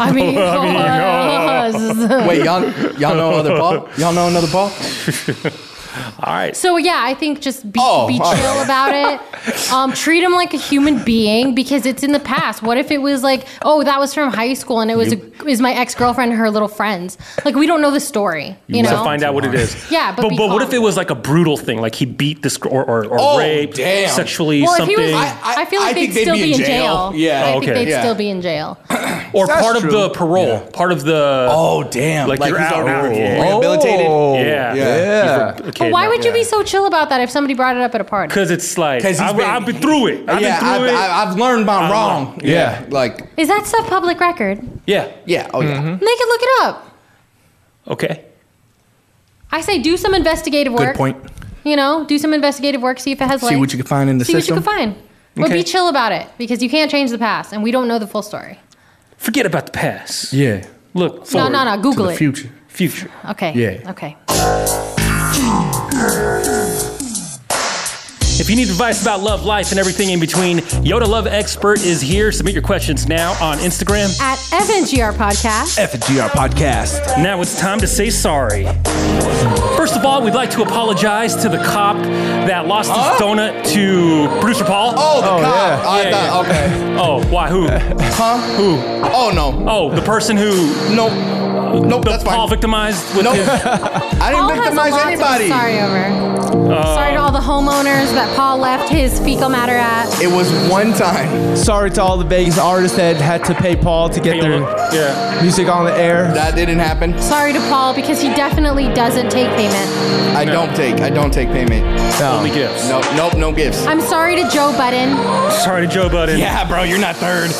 I mean,
Wait, y'all, y'all know other Paul? Y'all know another Paul?
All right.
So yeah, I think just be,
Oh,
be chill
all right.
about it. Um, treat him like a human being because it's in the past. What if it was like, oh, that was from high school and it was a, is my ex girlfriend and her little friends? Like we don't know the story, you, know.
So find out what it is.
Yeah, but
but,
be
what
calm.
if it was like a brutal thing, like he beat this gr- or or, or
Oh,
raped
damn.
sexually
Well, if he
something,
was- I, feel like
I think
they'd,
they'd
still
be
be
in
in
jail.
jail.
Yeah.
I think
Okay.
they'd
Yeah.
still be in jail.
or
That's
part of
true.
the parole, part of the oh damn, like,
Like
you're
he's
out now.
already
Yeah.
rehabilitated? Oh. Yeah.
Yeah,
Yeah.
He's re- okay,
But why
no.
would you be so chill about that if somebody brought it up at a party?
Because it's like
'Cause he's
I've,
been-
I've been through it. I've
yeah,
been through
I've,
it. Uh-huh.
I've, I've learned my
I'm
wrong.
wrong.
Yeah. like
Is that stuff public record? They
yeah,
yeah, oh yeah.
Mm-hmm.
can look it up.
Okay,
I say do some investigative work.
Good point.
You know, do some investigative work, see if it has
See
legs.
what you can find in the
see
system.
what you can find. But
Okay.
be chill about it because you can't change the past, and we don't know the full story.
forget about the past.
Yeah,
look
No,
forward
no, no. Google
to the
it.
Future, future.
Okay.
Yeah.
Okay.
If you need advice about love, life, and everything in between, Yoda Love Expert is here. Submit your questions now on Instagram.
At FNGR Podcast.
FGR Podcast. Now it's time to say sorry. First of all, we'd like to apologize to the cop that lost his donut to producer Paul.
Oh, the Oh, cop. yeah. I thought-
okay. Oh, why? Who? Huh? Who?
Oh no.
Oh, the person who?
Nope. Nope.
The Paul victimized with.
Nope.
I
Paul has a lot to be sorry over.
Uh,
sorry to all the homeowners that Paul left his fecal matter at.
It was one time.
Sorry to all the Vegas artists that had to pay Paul to get their music on the air.
That didn't happen.
Sorry to Paul because he definitely doesn't take payment.
I don't take. I don't take payment.
Only gifts.
Nope. Nope. No gifts.
I'm sorry to Joe Budden.
Sorry to Joe Budden.
Yeah, bro, you're not third.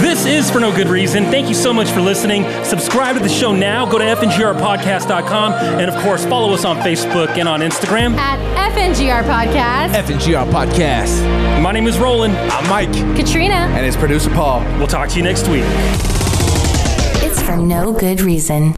This is For No Good Reason. Thank you so much for listening. Subscribe to the show now. Go to fngrpodcast.com. And of course, follow us on Facebook and on Instagram.
At FNGR Podcast.
FNGR Podcast.
My name is Roland.
I'm Mike.
Katrina.
And it's producer Paul.
We'll talk to you next week.
It's for no good reason.